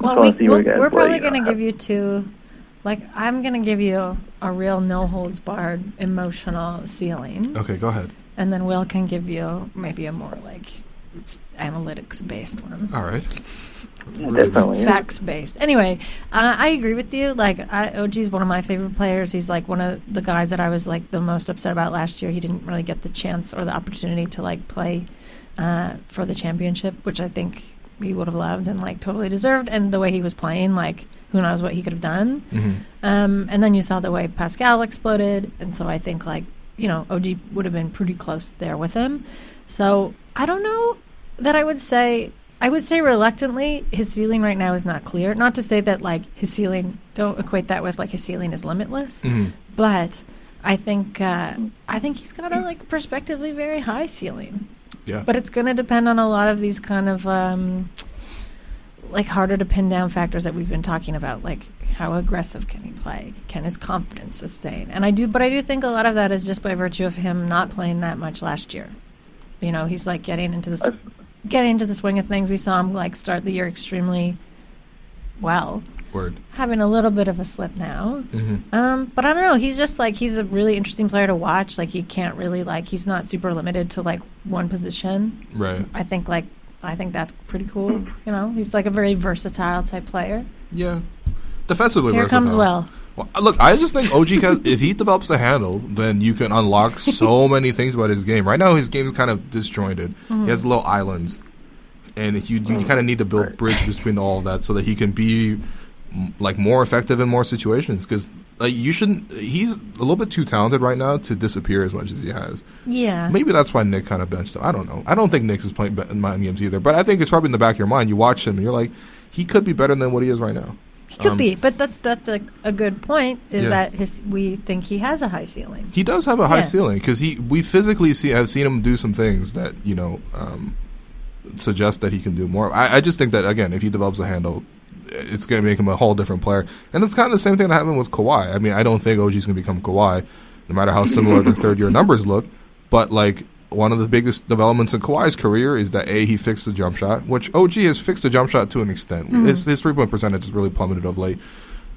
Well, So we, I'll see where we'll- you guys we're play, probably you know, going to have- give you two. Like, I'm going to give you a real no holds barred emotional ceiling. Okay, go ahead. And then Will can give you maybe a more like analytics based one. All right. Really, definitely. yeah. facts based. Anyway, uh, I agree with you. Like, I, OG is one of my favorite players. He's like one of the guys that I was like the most upset about last year. He didn't really get the chance or the opportunity to like play uh, for the championship, which I think he would have loved and like totally deserved, and the way he was playing, like who knows what he could have done. mm-hmm. Um, and then you saw the way Pascal exploded, and so I think like you know OG would have been pretty close there with him. So I don't know that I would say I would say reluctantly his ceiling right now is not clear. Not to say that like his ceiling don't equate that with like his ceiling is limitless, Mm-hmm. but I think uh, I think he's got a like prospectively very high ceiling. Yeah. But it's going to depend on a lot of these kind of um, like harder to pin down factors that we've been talking about, like how aggressive can he play? Can his confidence sustain? And I do, but I do think a lot of that is just by virtue of him not playing that much last year. You know, he's like getting into this, getting into the swing of things. We saw him like start the year extremely well Word. having a little bit of a slip now. Mm-hmm. Um, but I don't know. He's just like he's a really interesting player to watch. Like he can't really like he's not super limited to like one position. Right. I think like I think that's pretty cool. You know, he's like a very versatile type player. Yeah. Defensively, Here comes versatile. Will. Well, uh, look, I just think OG has, if he develops the handle, then you can unlock so many things about his game. Right now, his game is kind of disjointed. Mm-hmm. He has little islands, and if you you kind of need to build bridge between all of that so that he can be m- like more effective in more situations. Because like you shouldn't, he's a little bit too talented right now to disappear as much as he has. Yeah. Maybe that's why Nick kind of benched him. I don't know. I don't think Nick's is playing be- mind games either. But I think it's probably in the back of your mind. You watch him, and you're like, he could be better than what he is right now. He could be, but that's that's a, a good point. Is Um, Yeah. that his? We think he has a high ceiling. He does have a high Yeah. ceiling 'cause ceiling because he we physically see have seen him do some things that you know um, suggest that he can do more. I, I just think that again, if he develops a handle, it's going to make him a whole different player. And it's kind of the same thing that happened with Kawhi. I mean, I don't think OG's going to become Kawhi, no matter how similar their third year numbers look. But like one of the biggest developments in Kawhi's career is that a he fixed the jump shot, which OG has fixed the jump shot to an extent. His, his three point percentage has really plummeted of late.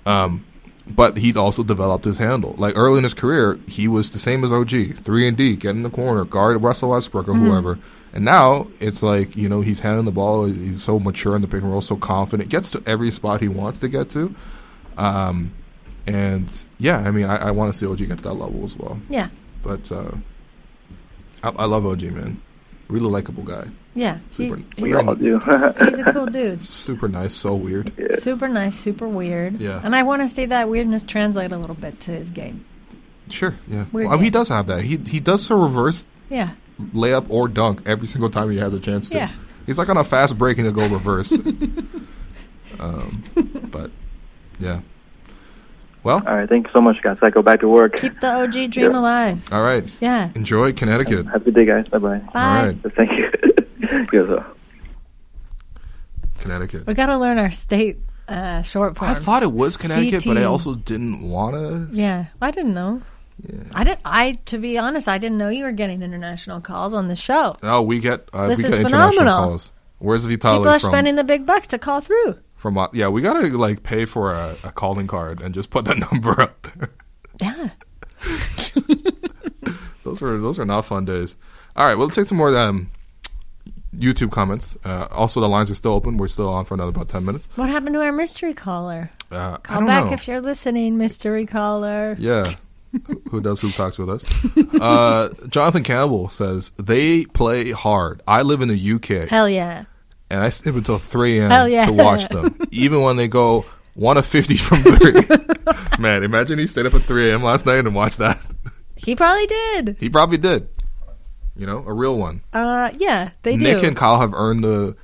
Um, but he also developed his handle. Like early in his career, he was the same as OG, three and D, get in the corner, guard Russell Westbrook Mm-hmm. or whoever. And now it's like you know he's handling the ball. He's so mature in the pick and roll, so confident, gets to every spot he wants to get to. Um, and yeah, I mean, I, I want to see OG get to that level as well. Yeah. But uh, I, I love OG, man. Really likable guy, Yeah. He's, Super- We he's, all do. he's a cool dude. super nice, so weird. Super nice. Super weird. Yeah. And I want to see that weirdness translate a little bit to his game. Sure, yeah. Well, Weird I mean, he guy. does have that. He he does a reverse Yeah. layup or dunk every single time he has a chance to. Yeah. He's like on a fast break and he'll go reverse. um, but yeah. Well, All right, thank you so much, guys. I go back to work. Keep the OG dream Yeah. alive. all right. Yeah. Enjoy Connecticut. Have a good day, guys. Bye bye. Bye. All right, Thank you. you guys are- Connecticut. We got to learn our state uh, short forms. I thought it was Connecticut, but I CT. also didn't want to. Yeah, I didn't know. I didn't. I to be honest, I didn't know you were getting international calls on the show. No, we get uh, This we is get international phenomenal. calls. Where's People Vitalik are from? spending the big bucks to call through. from uh, yeah, we gotta like pay for a, a calling card and just put that number up there. Yeah, those are those are not fun days. All right, well, let's take some more um, YouTube comments. Uh, also, the lines are still open. We're still on for another about ten minutes. what happened to our mystery caller? Uh, I Call don't back know. if you're listening, mystery caller. yeah. Who- who does who talks with us? Uh, Jonathan Campbell says they play hard. I live in the UK Hell yeah! and I stay up until three a.m. Hell yeah. to watch them, even when they go one of fifty from three. Man, imagine he stayed up at three a.m. last night and watched that. He probably did. He probably did. You know, a real one. Uh, yeah, they do. Nick and Kyle have earned the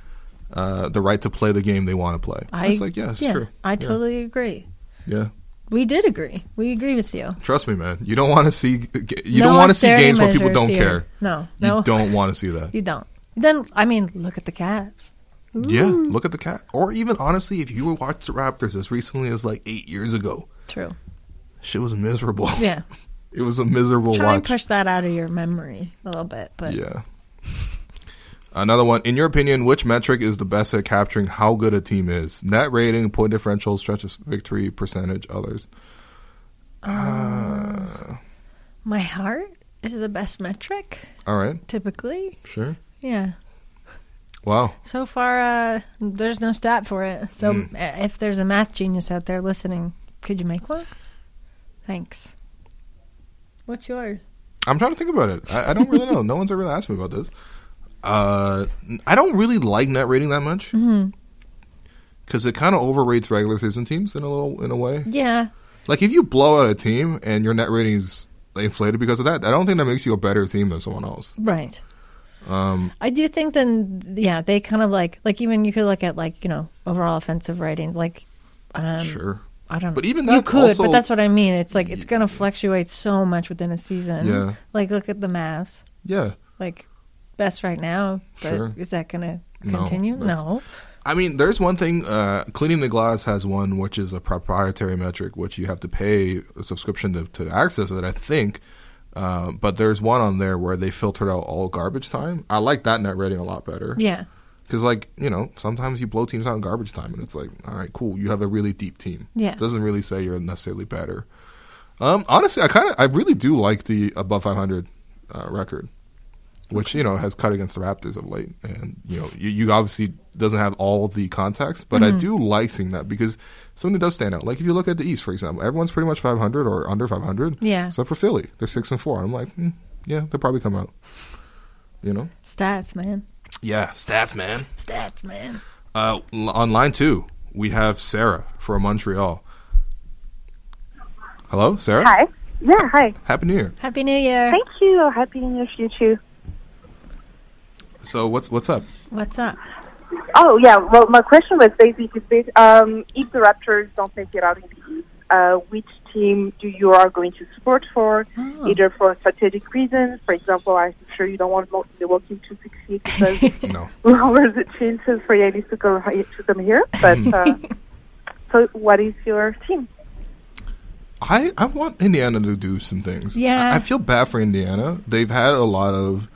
uh, the right to play the game they want to play. I- it's like, yeah, it's yeah, true. I totally agree. Yeah, We did agree. We agree with you. trust me, man. You don't want to see you No don't want to see austerity games where people measures don't here. care. No, You no, don't want to see that. You don't. Then I mean, look at the Cavs. Yeah, Mm. look at the cat. Or even honestly, if you were watched the Raptors as recently as like eight years ago, True. shit was miserable. Yeah. it was a miserable Try and watch. push that out of your memory a little bit, but Yeah. Another one. In your opinion, which metric is the best at capturing how good a team is? Net rating, point differential, stretch of victory percentage, others. Um, Uh, my heart is the best metric All right, typically. sure. Yeah. Wow. So far, uh, there's no stat for it. So Hmm. uh, if there's a math genius out there listening, could you make one? Thanks. What's yours? I'm trying to think about it. I, I don't really know. No one's ever asked me about this. Uh, I don't really like net rating that much Mhm. because it kind of overrates regular season teams in a little in a way. Yeah. Like if you blow out a team and your net rating is inflated because of that, I don't think that makes you a better team than someone else. Right. Um, I do think then, yeah, they kind of like, like even you could look at like, you know, overall offensive rating, like, um, sure, I don't know. but even You that's could, also but that's what I mean. It's like, it's going to fluctuate so much within a season. Yeah. Like, look at the Mavs. yeah. Like, best right now, but Sure. is that going to No, continue? that's- No. I mean, there's one thing. Uh, Cleaning the Glass has one, which is a proprietary metric, which you have to pay a subscription to, to access it, I think. Uh, but there's one on there where they filtered out all garbage time. I like that net rating a lot better Yeah. because, like, you know, sometimes you blow teams out in garbage time, and it's like, all right, cool, you have a really deep team. Yeah. it doesn't really say you're necessarily better. Um, honestly, I kind of, I really do like the above 500 uh, record which you know has cut against the Raptors of late, and you know you, you obviously doesn't have all the context, but Mm-hmm. I do like seeing that because something does stand out. Like if you look at the East, for example, everyone's pretty much 500 or under 500, Yeah. Except for Philly, they're six and four. I'm like, mm, yeah, they'll probably come out. You know, Stats, man. yeah, stats, man. Stats, man. Uh, l- on line two, we have Sarah from Montreal. Hello, Sarah. Hi. Yeah, hi. Happy New Year. Happy New Year. Thank you. Happy New Year to you too. So what's what's up? What's up? Oh, yeah. Well, my question was basically this. Um, if the Raptors don't make it out in the East, uh, which team do you are going to support for? Oh. Either for strategic reasons, for example, I'm sure you don't want Mo- Milwaukee to succeed because No. lower the chances for Yannis to come, to come here. But uh, so, what is your team? I, I want Indiana to do some things. Yeah. I, I feel bad for Indiana. They've had a lot of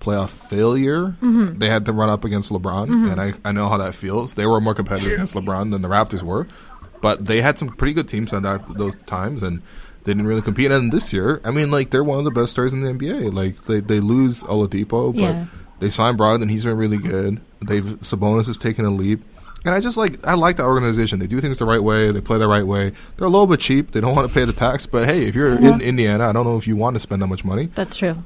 playoff Mm-hmm. failure. Mm-hmm. They had to run up against LeBron, and I, I know how that feels. They were more competitive against LeBron than the Raptors were, but they had some pretty good teams at that, those times, and they didn't really compete. And this year, I mean, like, they're one of the best stars in the NBA. Like, they, they lose Oladipo, but Yeah. they signed Brogdon. He's been really good. They've Sabonis has taken a leap. And I just like I like the organization. They do things the right way. They play the right way. They're a little bit cheap. They don't want to pay the tax. But hey, if you're in Indiana, I don't know if you want to spend that much money. Um, Uh-huh. That's true.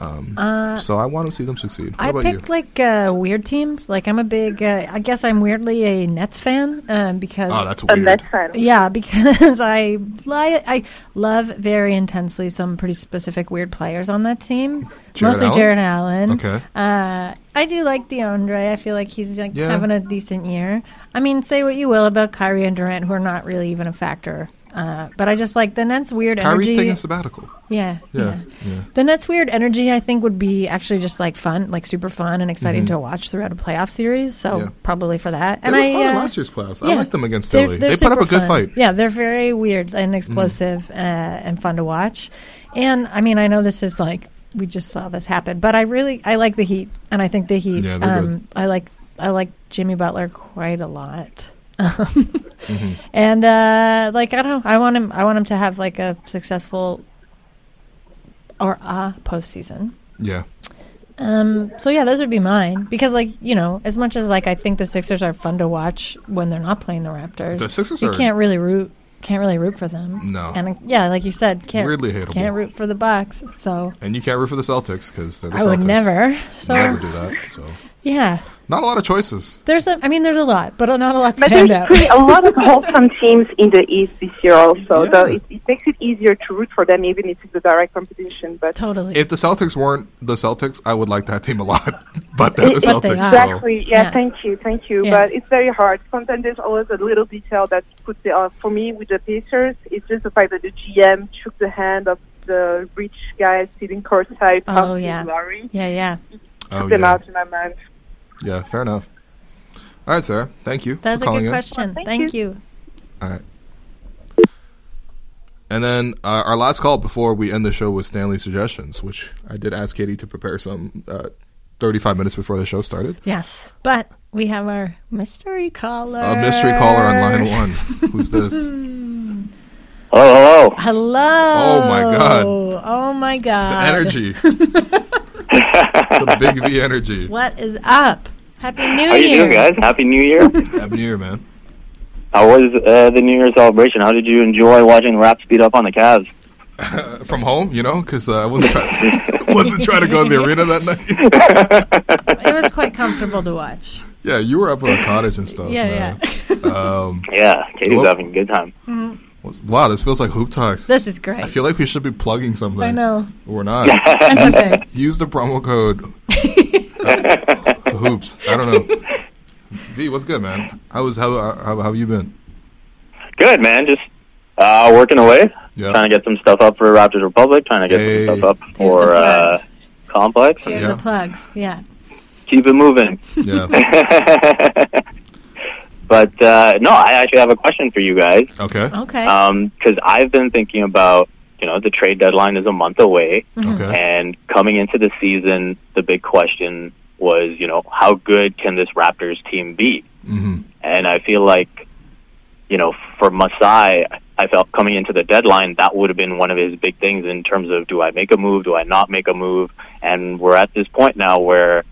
Uh, so I want to see them succeed. What I about pick you? like uh, weird teams. Like I'm a big. Uh, I guess I'm weirdly a Nets fan um, because. Oh, that's And weird. that's fine. yeah, because I li- I love very intensely some pretty specific weird players on that team. Jared Mostly Allen? Jared Allen. Okay. Uh, I do like DeAndre. I feel like he's like Yeah. having a decent year. I mean, say what you will about Kyrie and Durant, who are not really even a factor. Uh, but I just like the Nets' weird Kyrie's energy. taking sabbatical. Yeah, Yeah, yeah. yeah. The Nets' weird energy, I think, would be actually just like fun, like super fun and exciting to watch throughout a playoff series. So Mm-hmm. Yeah. probably for that. They and were I fun in uh, last year's playoffs. I yeah. like them against They're- Philly. they're they put up a super good fun. fight. Mm-hmm. Yeah, they're very weird and explosive uh, and fun to watch. And I mean, I know this is like we just saw this happen, but I really I like the Heat, and I think the Heat. Yeah, they're good. um, I like I like Jimmy Butler quite a lot. Mm-hmm. And uh, like I don't know, I want him. I want him to have like a successful or a postseason. Yeah. Um, so yeah, those would be mine because, like you know, as much as like I think the Sixers are fun to watch when they're not playing the Raptors, The Sixers you are- can't really root, can't really root for them. No. and uh, yeah, like you said, can't Weirdly hateable. can't root for the Bucks. So And you can't root for the Celtics because they're the I Celtics. would never. So never do that. So yeah, not a lot of choices. there's a. I mean, there's a lot, but not a lot But stand there's out. pretty, a lot of wholesome teams in the East this year also, Yeah. so it, it makes it easier to root for them even if it's a direct competition. But totally. If the Celtics weren't the Celtics, I would like that team a lot. But they're the But they Celtics. are. so- Exactly. Yeah, Yeah. Thank you. Thank you. Yeah. But it's very hard. Sometimes there's always a little detail that puts it off. For me, with the Pacers, it's just the fact that the GM shook the hand of the rich guy sitting courtside, Oh, Patrick yeah. Lauri. yeah, yeah, Oh, Them yeah. out in my mind. Yeah, fair enough. All right, Sarah. Thank you. that's for a calling good in. question. Thank Thank you. And then uh, our last call before we end the show was Stanley's suggestions, which I did ask Katie to prepare some uh, 35 minutes before the show started. Yes, but we have our mystery caller. A mystery caller on line one. Who's this? Hello, hello. Hello. Oh, my God. Oh my The god. energy. the big V energy. What is up? Happy New How you Year. doing, guys? Happy New Year. Happy New Year, man. How was uh, the New Year celebration? How did you enjoy watching the Raps beat up on the Cavs? Uh, from home, you know, because uh, I wasn't try- wasn't trying to go in the arena that night. it was quite comfortable to watch. Yeah, you were up in a cottage and stuff. Yeah, man. Um, Yeah, Katie's Well- having a good time. what's- Wow, this feels like hoop talks. Mm-hmm. This is great. I feel like we should be plugging something. I know. We're not. That's okay. Use the promo code uh, hoops. I don't know. V, what's good, man? How was how how, how have you been? Good man, just uh, working away, Yeah. trying to get some stuff up for Raptors Republic, trying to get Hey. some stuff up Here's for the uh, plugs. Complex. and Here's Yeah. the plugs. Yeah. Keep it moving. Yeah. but uh, no, I actually have a question for you guys Okay. Uh, Okay. because Um, I've been thinking about you know the trade deadline is a month away, Okay. and coming into the season, the big question was you know how good can this Raptors team be? Mm-hmm. And I feel like, you know, for Masai, I felt coming into the deadline that would have been one of his big things in terms of do I make a move, do I not make a move? And we're at this point now where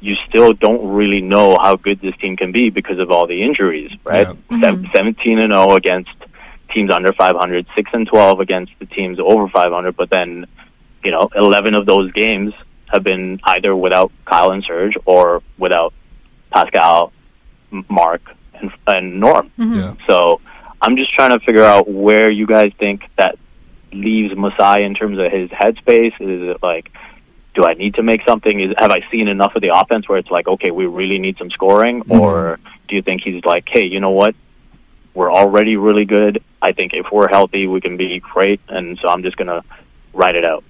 you still don't really know how good this team can be because of all the injuries, right? Se- 17 and 0 against teams under 500, 6 and 12 against the teams over 500, but then, you know, 11 of those games have been either without Kyle and Serge or without Pascal M- Mark and, and Norm. Mm-hmm. Yeah. So I'm just trying to figure out where you guys think that leaves Masai in terms of his headspace. Is it like, do I need to make something? Is have I seen enough of the offense where it's like, okay, we really need some scoring, or do you think he's like, hey, you know what? We're already really good. I think if we're healthy, we can be great, and so I'm just gonna ride it out.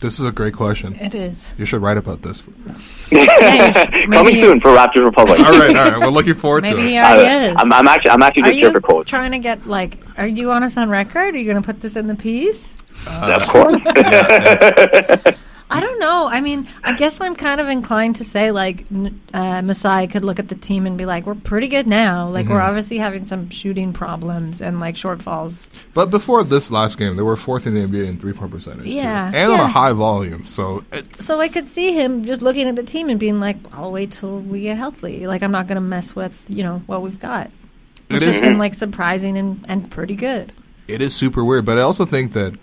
This is a great question. it is. You should write about this. Coming maybe- soon for Raptors Republic. All right, all right. We're looking forward to Maybe he it. already is. I'm, I'm actually, I'm actually are just here you for quotes. trying to get like? Are you on us on record? Are you going to put this in the piece? Uh, of course. I don't know. I mean, I guess I'm kind of inclined to say like n- uh, Masai could look at the team and be like, "We're pretty good now. Like Mm-hmm. we're obviously having some shooting problems and like shortfalls." But before this last game, they were fourth in the NBA in three point percentage. too. Yeah, And on a yeah. high volume. So it's So I could see him just looking at the team and being like, "I'll wait till we get healthy. Like I'm not going to mess with you know what we've got." it Which is has been like surprising and, and pretty good. it is super weird. But I also think that,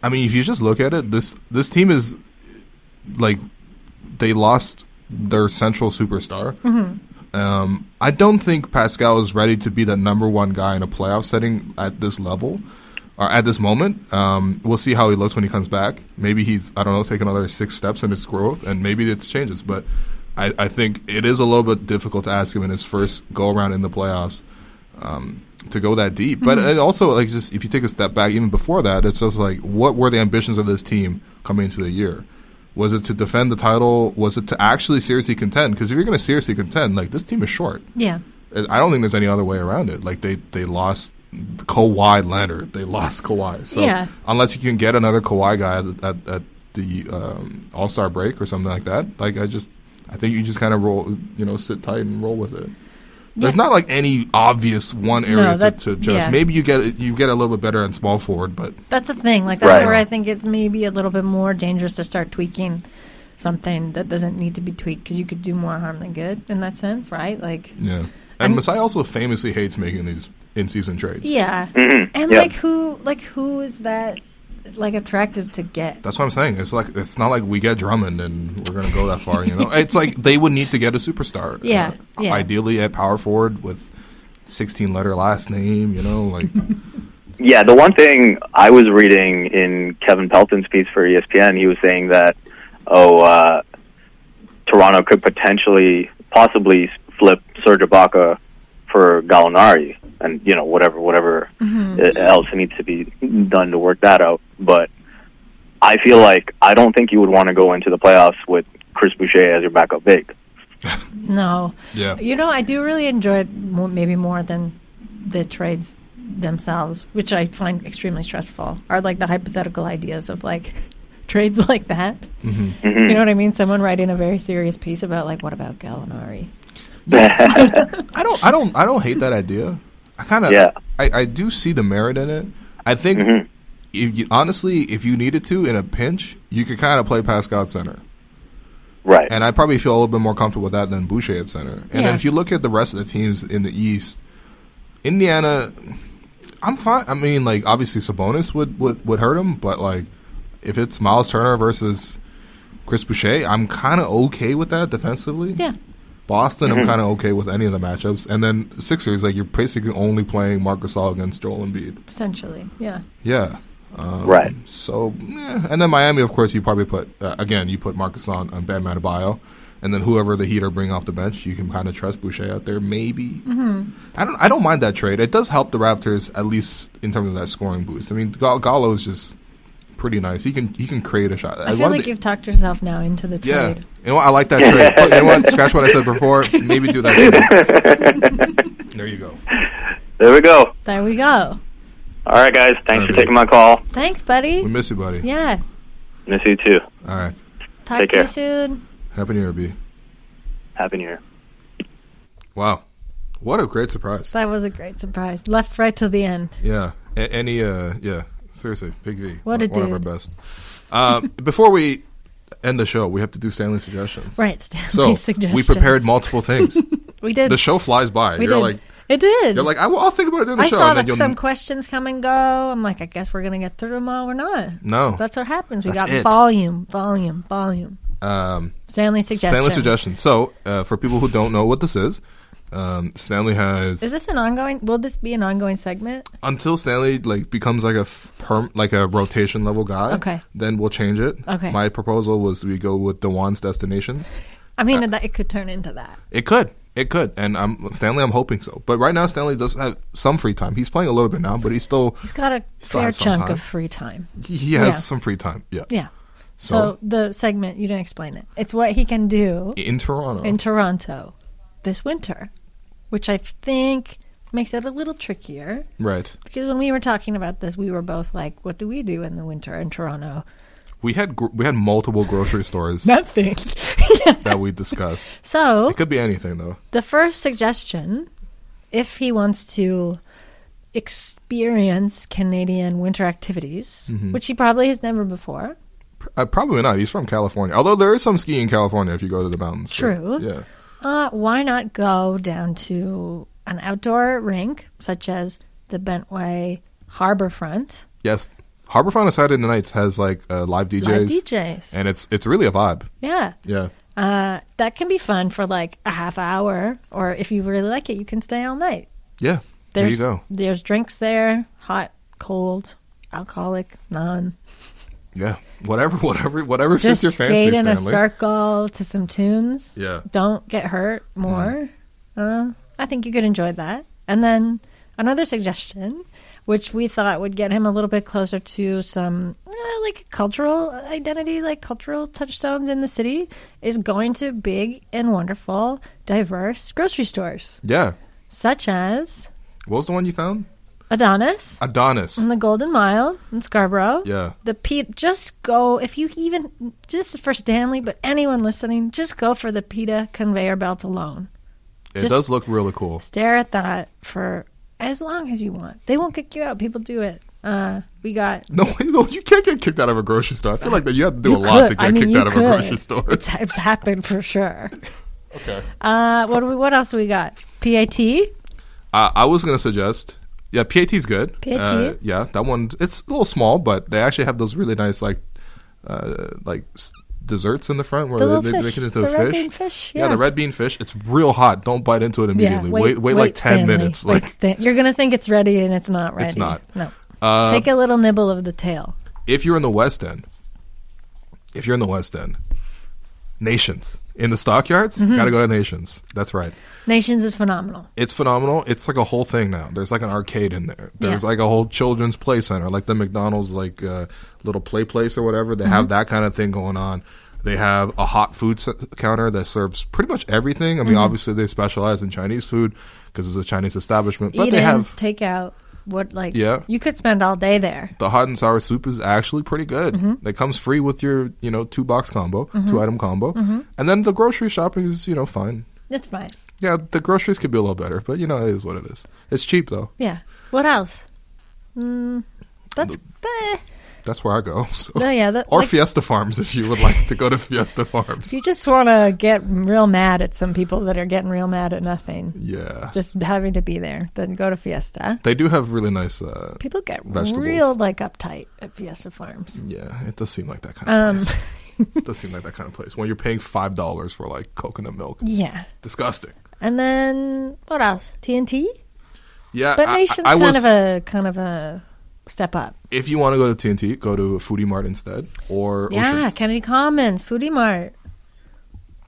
I mean, if you just look at it, this this team is like they lost their central superstar. Um, I don't think Pascal is ready to be the number one guy in a playoff setting at this level or at this moment. Um, we'll see how he looks when he comes back. Maybe he's I don't know, take another six steps in his growth, and maybe it's changes. But I, I think it is a little bit difficult to ask him in his first go around in the playoffs um, to go that deep. But it also, like, just if you take a step back, even before that, it's just like, what were the ambitions of this team coming into the year? Was it to defend the title? Was it to actually seriously contend? Because if you're going to seriously contend, like, this team is short. Yeah. I don't think there's any other way around it. Like, they, they lost Kawhi Leonard. They lost Kawhi. So, Yeah. unless you can get another Kawhi guy at, at, at the um, All Star break or something like that, like, I just, I think you just kind of roll, you know, sit tight and roll with it. There's not like any obvious one area No, to- that- to, adjust. yeah. Maybe you get you get a little bit better on small forward, but That's the thing. Like that's Right. where I think it's maybe a little bit more dangerous to start tweaking something that doesn't need to be tweaked because you could do more harm than good in that sense, right? Like, yeah. And Masai also famously hates making these in season trades. Mm-hmm. yeah, Mm-hmm. and Yeah. like who, like who is that, like attractive to get? That's what I'm saying. It's like it's not like we get Drummond and we're gonna go that far. You know, it's like they would need to get a superstar. Yeah, uh, yeah. Ideally at power forward with 16 letter last name. You know, like Yeah, the one thing I was reading in Kevin Pelton's piece for E ESPN, he was saying that oh, uh, Toronto could potentially, possibly flip Serge Ibaka for Gallinari, and you know whatever whatever Mm-hmm. uh else needs to be done to work that out. But I feel like I don't think you would want to go into the playoffs with Chris Boucher as your backup big. No, yeah, you know, I do really enjoy it more, maybe more than the trades themselves, which I find extremely stressful. Are like the hypothetical ideas of like trades like that. Mm-hmm. You know what I mean? Someone writing a very serious piece about like, what about Gallinari? I don't, I don't, I don't hate that idea. I kind of, Yeah. Mm-hmm. I, I do see the merit in it. I think, if you, honestly, if you needed to in a pinch, you could kind of play Pascal at center, Right. and I probably feel a little bit more comfortable with that than Boucher at center. And Yeah. then if you look at the rest of the teams in the East, Indiana, I'm fine. I mean, like obviously Sabonis would would would hurt him, but like If it's Miles Turner versus Chris Boucher, I'm kind of okay with that defensively. Yeah. Boston, Mhm. I'm kind of okay with any of the matchups. And then Sixers, like you're basically only playing Marcus Gasol against Joel Embiid. essentially. Yeah. Yeah. Um, Right. So, eh. and then Miami, of course, you probably put uh, again, you put Marcus on, on Bam Adebayo, and then whoever the Heat are bring off the bench, you can kind of trust Boucher out there. Maybe Mm-hmm. I don't. I don't mind that trade. It does help the Raptors at least in terms of that scoring boost. I mean, Ga- Gallo is just pretty nice. He can he can create a shot. I, feel love like the- you've talked yourself now into the yeah. trade. You know what? I like that trade. But you know what? Scratch what I said before. Maybe do that. Trade. there you go. There we go. There we go. All right, guys. Thanks for taking my call. Thanks, buddy. We miss you, buddy. Yeah. Miss you too. All right. Talk Take to you care. soon. Happy New Year, B. Happy New Year. Wow, what a great surprise. That was a great surprise. Left right till the end. Yeah. A- any uh yeah. Seriously, Big V. What a one of our dude. best. Uh, before we end the show, we have to do Stanley suggestions. Right, Stanley so We suggestions. prepared multiple things. We did. the show flies by. We you're did. like it did. you're like I will, I'll think about it during the I show. saw and then like you'll- some questions come and go. I'm like, I guess we're gonna get through them all. We're not. No. That's what happens. We That's got it. volume, volume, volume. um, Stanley suggestions. Stanley suggestions. So uh, for people who don't know what this is, um, Stanley has Is this an ongoing? Will this be an ongoing segment? until Stanley like becomes like a f- perm like a rotation level guy. Okay. Then we'll change it. Okay. My proposal was we go with Dewan's destinations. I mean, that it could turn into that. It could. It could. And I'm Stanley. I'm hoping so. But right now, Stanley does have some free time. He's playing a little bit now, but he's still He's got a Still fair has some chunk time. of free time. he has Yeah. some free time. Yeah. Yeah. So, So- the segment you didn't explain it. It's what he can do In Toronto. in Toronto this winter, which I think makes it a little trickier. right. Because when we were talking about this, we were both like, "What do we do in the winter in Toronto?" We had gr- we had multiple grocery stores Nothing. that we discussed. So It could be anything though. the first suggestion, if he wants to experience Canadian winter activities, Mhm. which he probably has never before, Uh, probably not. He's from California. Although there is some skiing in California if you go to the mountains. but True. Yeah. uh, why not go down to an outdoor rink such as the Bentway Harborfront? Yes. Harborfront on Saturday nights has like uh, live DJs. Live DJs. And it's it's really a vibe. Yeah. Yeah. Uh, that can be fun for like a half hour, or if you really like it, you can stay all night. Yeah. there you There's, go. There's drinks there, hot, cold, alcoholic, non. Yeah. Whatever. Whatever. Whatever Just fits your fancy. skate in a Stanley. circle to some tunes. Yeah. Uh-huh. Don't get hurt more. Uh, I think you could enjoy that. And then another suggestion, which we thought would get him a little bit closer to some uh, like cultural identity, like cultural touchstones in the city, is going to big and wonderful, diverse grocery stores Yeah. such as What was the one you found? Adonis Adonis. and the Golden Mile in Scarborough. Yeah. The pita, just go if you even just for Stanley, but anyone listening, just go for the pita conveyor belt alone. It Just does look really cool. Stare at that for as long as you want. They won't kick you out. People do it. Uh, we got No, no, you can't get kicked out of a grocery store. I feel like that you have to do You a lot to could. get I mean, kicked you out of a could. grocery store. It's, it's happened for sure. okay. Uh, what do we? What else we got? Pat. I, I was gonna suggest. Yeah, PAT's good. PAT? Uh, yeah, that one. It's a little small, but they actually have those really nice like, uh, like s- desserts in the front where The little they, they make fish. it into The a red fish. bean fish, yeah. the red bean fish. It's real hot. Don't bite into it immediately. wait, wait, like ten Stanley. minutes. Wait, Like Stan- you're gonna think it's ready and it's not ready. It's not. No. Uh, Take a little nibble of the tail. if you're in the West End, if you're in the West End, Nations in the stockyards, Mhm. gotta go to Nations. That's right. Nations is phenomenal. It's phenomenal. It's like a whole thing now. There's like an arcade in there. There's Yeah. like a whole children's play center, like the McDonald's like uh, little play place or whatever. They have Mm-hmm. Mhm. that kind of thing going on. They have a hot food se- counter that serves pretty much everything. I mean, Mhm. obviously they specialize in Chinese food because it's a Chinese establishment, but Eat they in, have take out. What like? Yeah. You could spend all day there. the hot and sour soup is actually pretty good. Mhm. It comes free with your, you know, two box combo, Mhm. two item combo. Mhm. And then the grocery shopping is, you know, fine. That's fine. Yeah, the groceries could be a little better, but you know, it is what it is. It's cheap though. Yeah. What else? Mm, that's. eh. that's where I go. So. No, Oh, yeah, that- or like- Fiesta Farms if you would like to go to Fiesta Farms. If you just want to get real mad at some people that are getting real mad at nothing, Yeah. just having to be there, then go to Fiesta. They do have really nice uh, People get vegetables. real like uptight at Fiesta Farms. Yeah, it does seem like that kind of Um. place. it does seem like that kind of place when you're paying five dollars for like coconut milk. Yeah. disgusting. And then what else? TNT. Yeah, but I- I- Nation's I kind was- of a kind of a step up. If you want to go to TNT, go to Foodie Mart instead or yeah, Oceans. Kennedy Commons, Foodie Mart.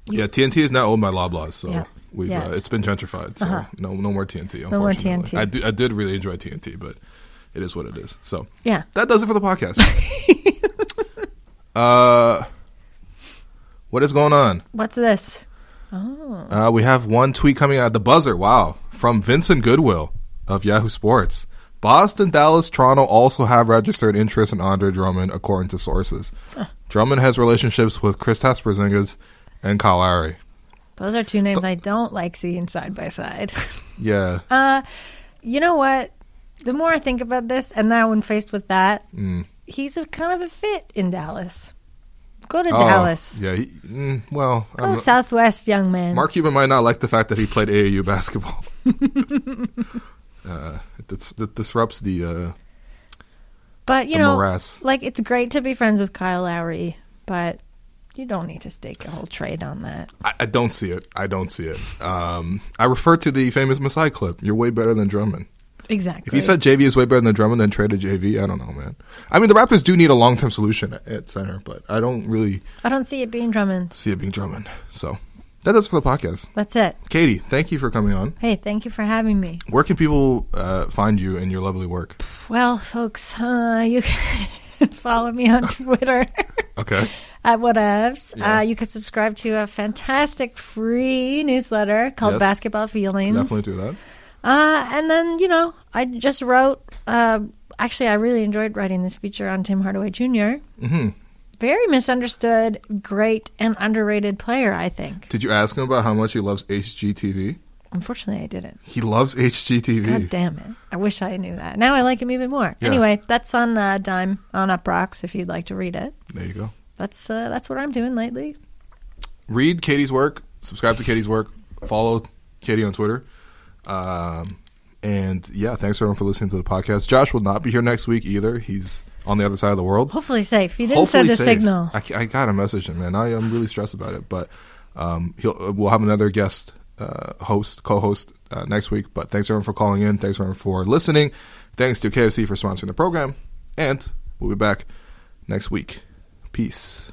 Yeah, TNT is now owned by Loblaws, so Yeah. we've Yeah. uh, it's been gentrified. So Uh-huh. no no more TNT. Unfortunately. No more TNT. I, do, I did really enjoy TNT, but it is what it is. So Yeah. that does it for the podcast. uh, what is going on? What's this? Oh, Uh, we have one tweet coming out at the buzzer. Wow. From Vincent Goodwill of Yahoo Sports. Boston, Dallas, Toronto also have registered interest in Andre Drummond, according to sources. Huh. Drummond has relationships with Kristaps Porzingis and Kyle Lowry. those are two names I don't like seeing side by side. Yeah. Uh, you know what? The more I think about this, and now when faced with that, Mm. he's a kind of a fit in Dallas. Go to Oh, Dallas. Yeah. He, mm, well, Go I'm- Southwest, young man. Mark Cuban might not like the fact that he played AAU basketball. uh, it, dis- it disrupts the. Uh, but you the know, morass. like it's great to be friends with Kyle Lowry, but you don't need to stake a whole trade on that. I, I don't see it. I don't see it. Um, I refer to the famous Masai clip. You're way better than Drummond. Exactly. If you said JV is way better than Drummond, then trade a JV. I don't know, man. I mean, the Raptors do need a long term solution at, at center, but I don't really I don't see it being Drummond. see it being Drummond. So that does it for the podcast. That's it. Katie, thank you for coming on. Hey, thank you for having me. Where can people uh, find you and your lovely work? Well, folks, uh, you can follow me on Twitter. Okay. at whatevs. Yeah. Uh, you can subscribe to a fantastic free newsletter called Yes. Basketball Feelings. Definitely do that. Uh, and then you know, I just wrote. Uh, actually, I really enjoyed writing this feature on Tim Hardaway Jr. hmm Very misunderstood, great and underrated player. I think. Did you ask him about how much he loves HGTV? Unfortunately, I didn't. He loves God HGTV. damn it! I wish I knew that. Now I like him even more. Yeah. Anyway, that's on uh, Dime on Up Rocks. If you'd like to read it, There you go. that's uh, that's what I'm doing lately. Read Katie's work. Subscribe to Katie's work. Follow Katie on Twitter. Um, and yeah, thanks everyone for listening to the podcast. Josh will not be here next week either. He's on the other side of the world. Hopefully safe. He didn't send a safe. signal. I, ca- I got a message him, man. I, I'm really stressed about it, but um, he'll, uh, we'll have another guest uh, host, co-host uh, next week. But thanks everyone for calling in. Thanks everyone for listening. Thanks to KFC for sponsoring the program, and we'll be back next week. Peace.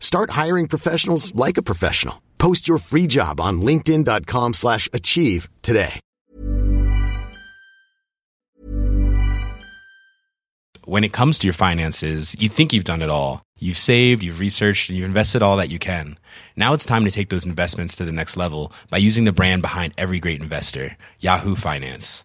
Start hiring professionals like a professional. Post your free job on linkedin.com/achieve slash achieve today. when it comes to your finances, you think you've done it all. You've saved, you've researched, and you've invested all that you can. Now it's time to take those investments to the next level by using the brand behind every great investor, Yahoo Finance.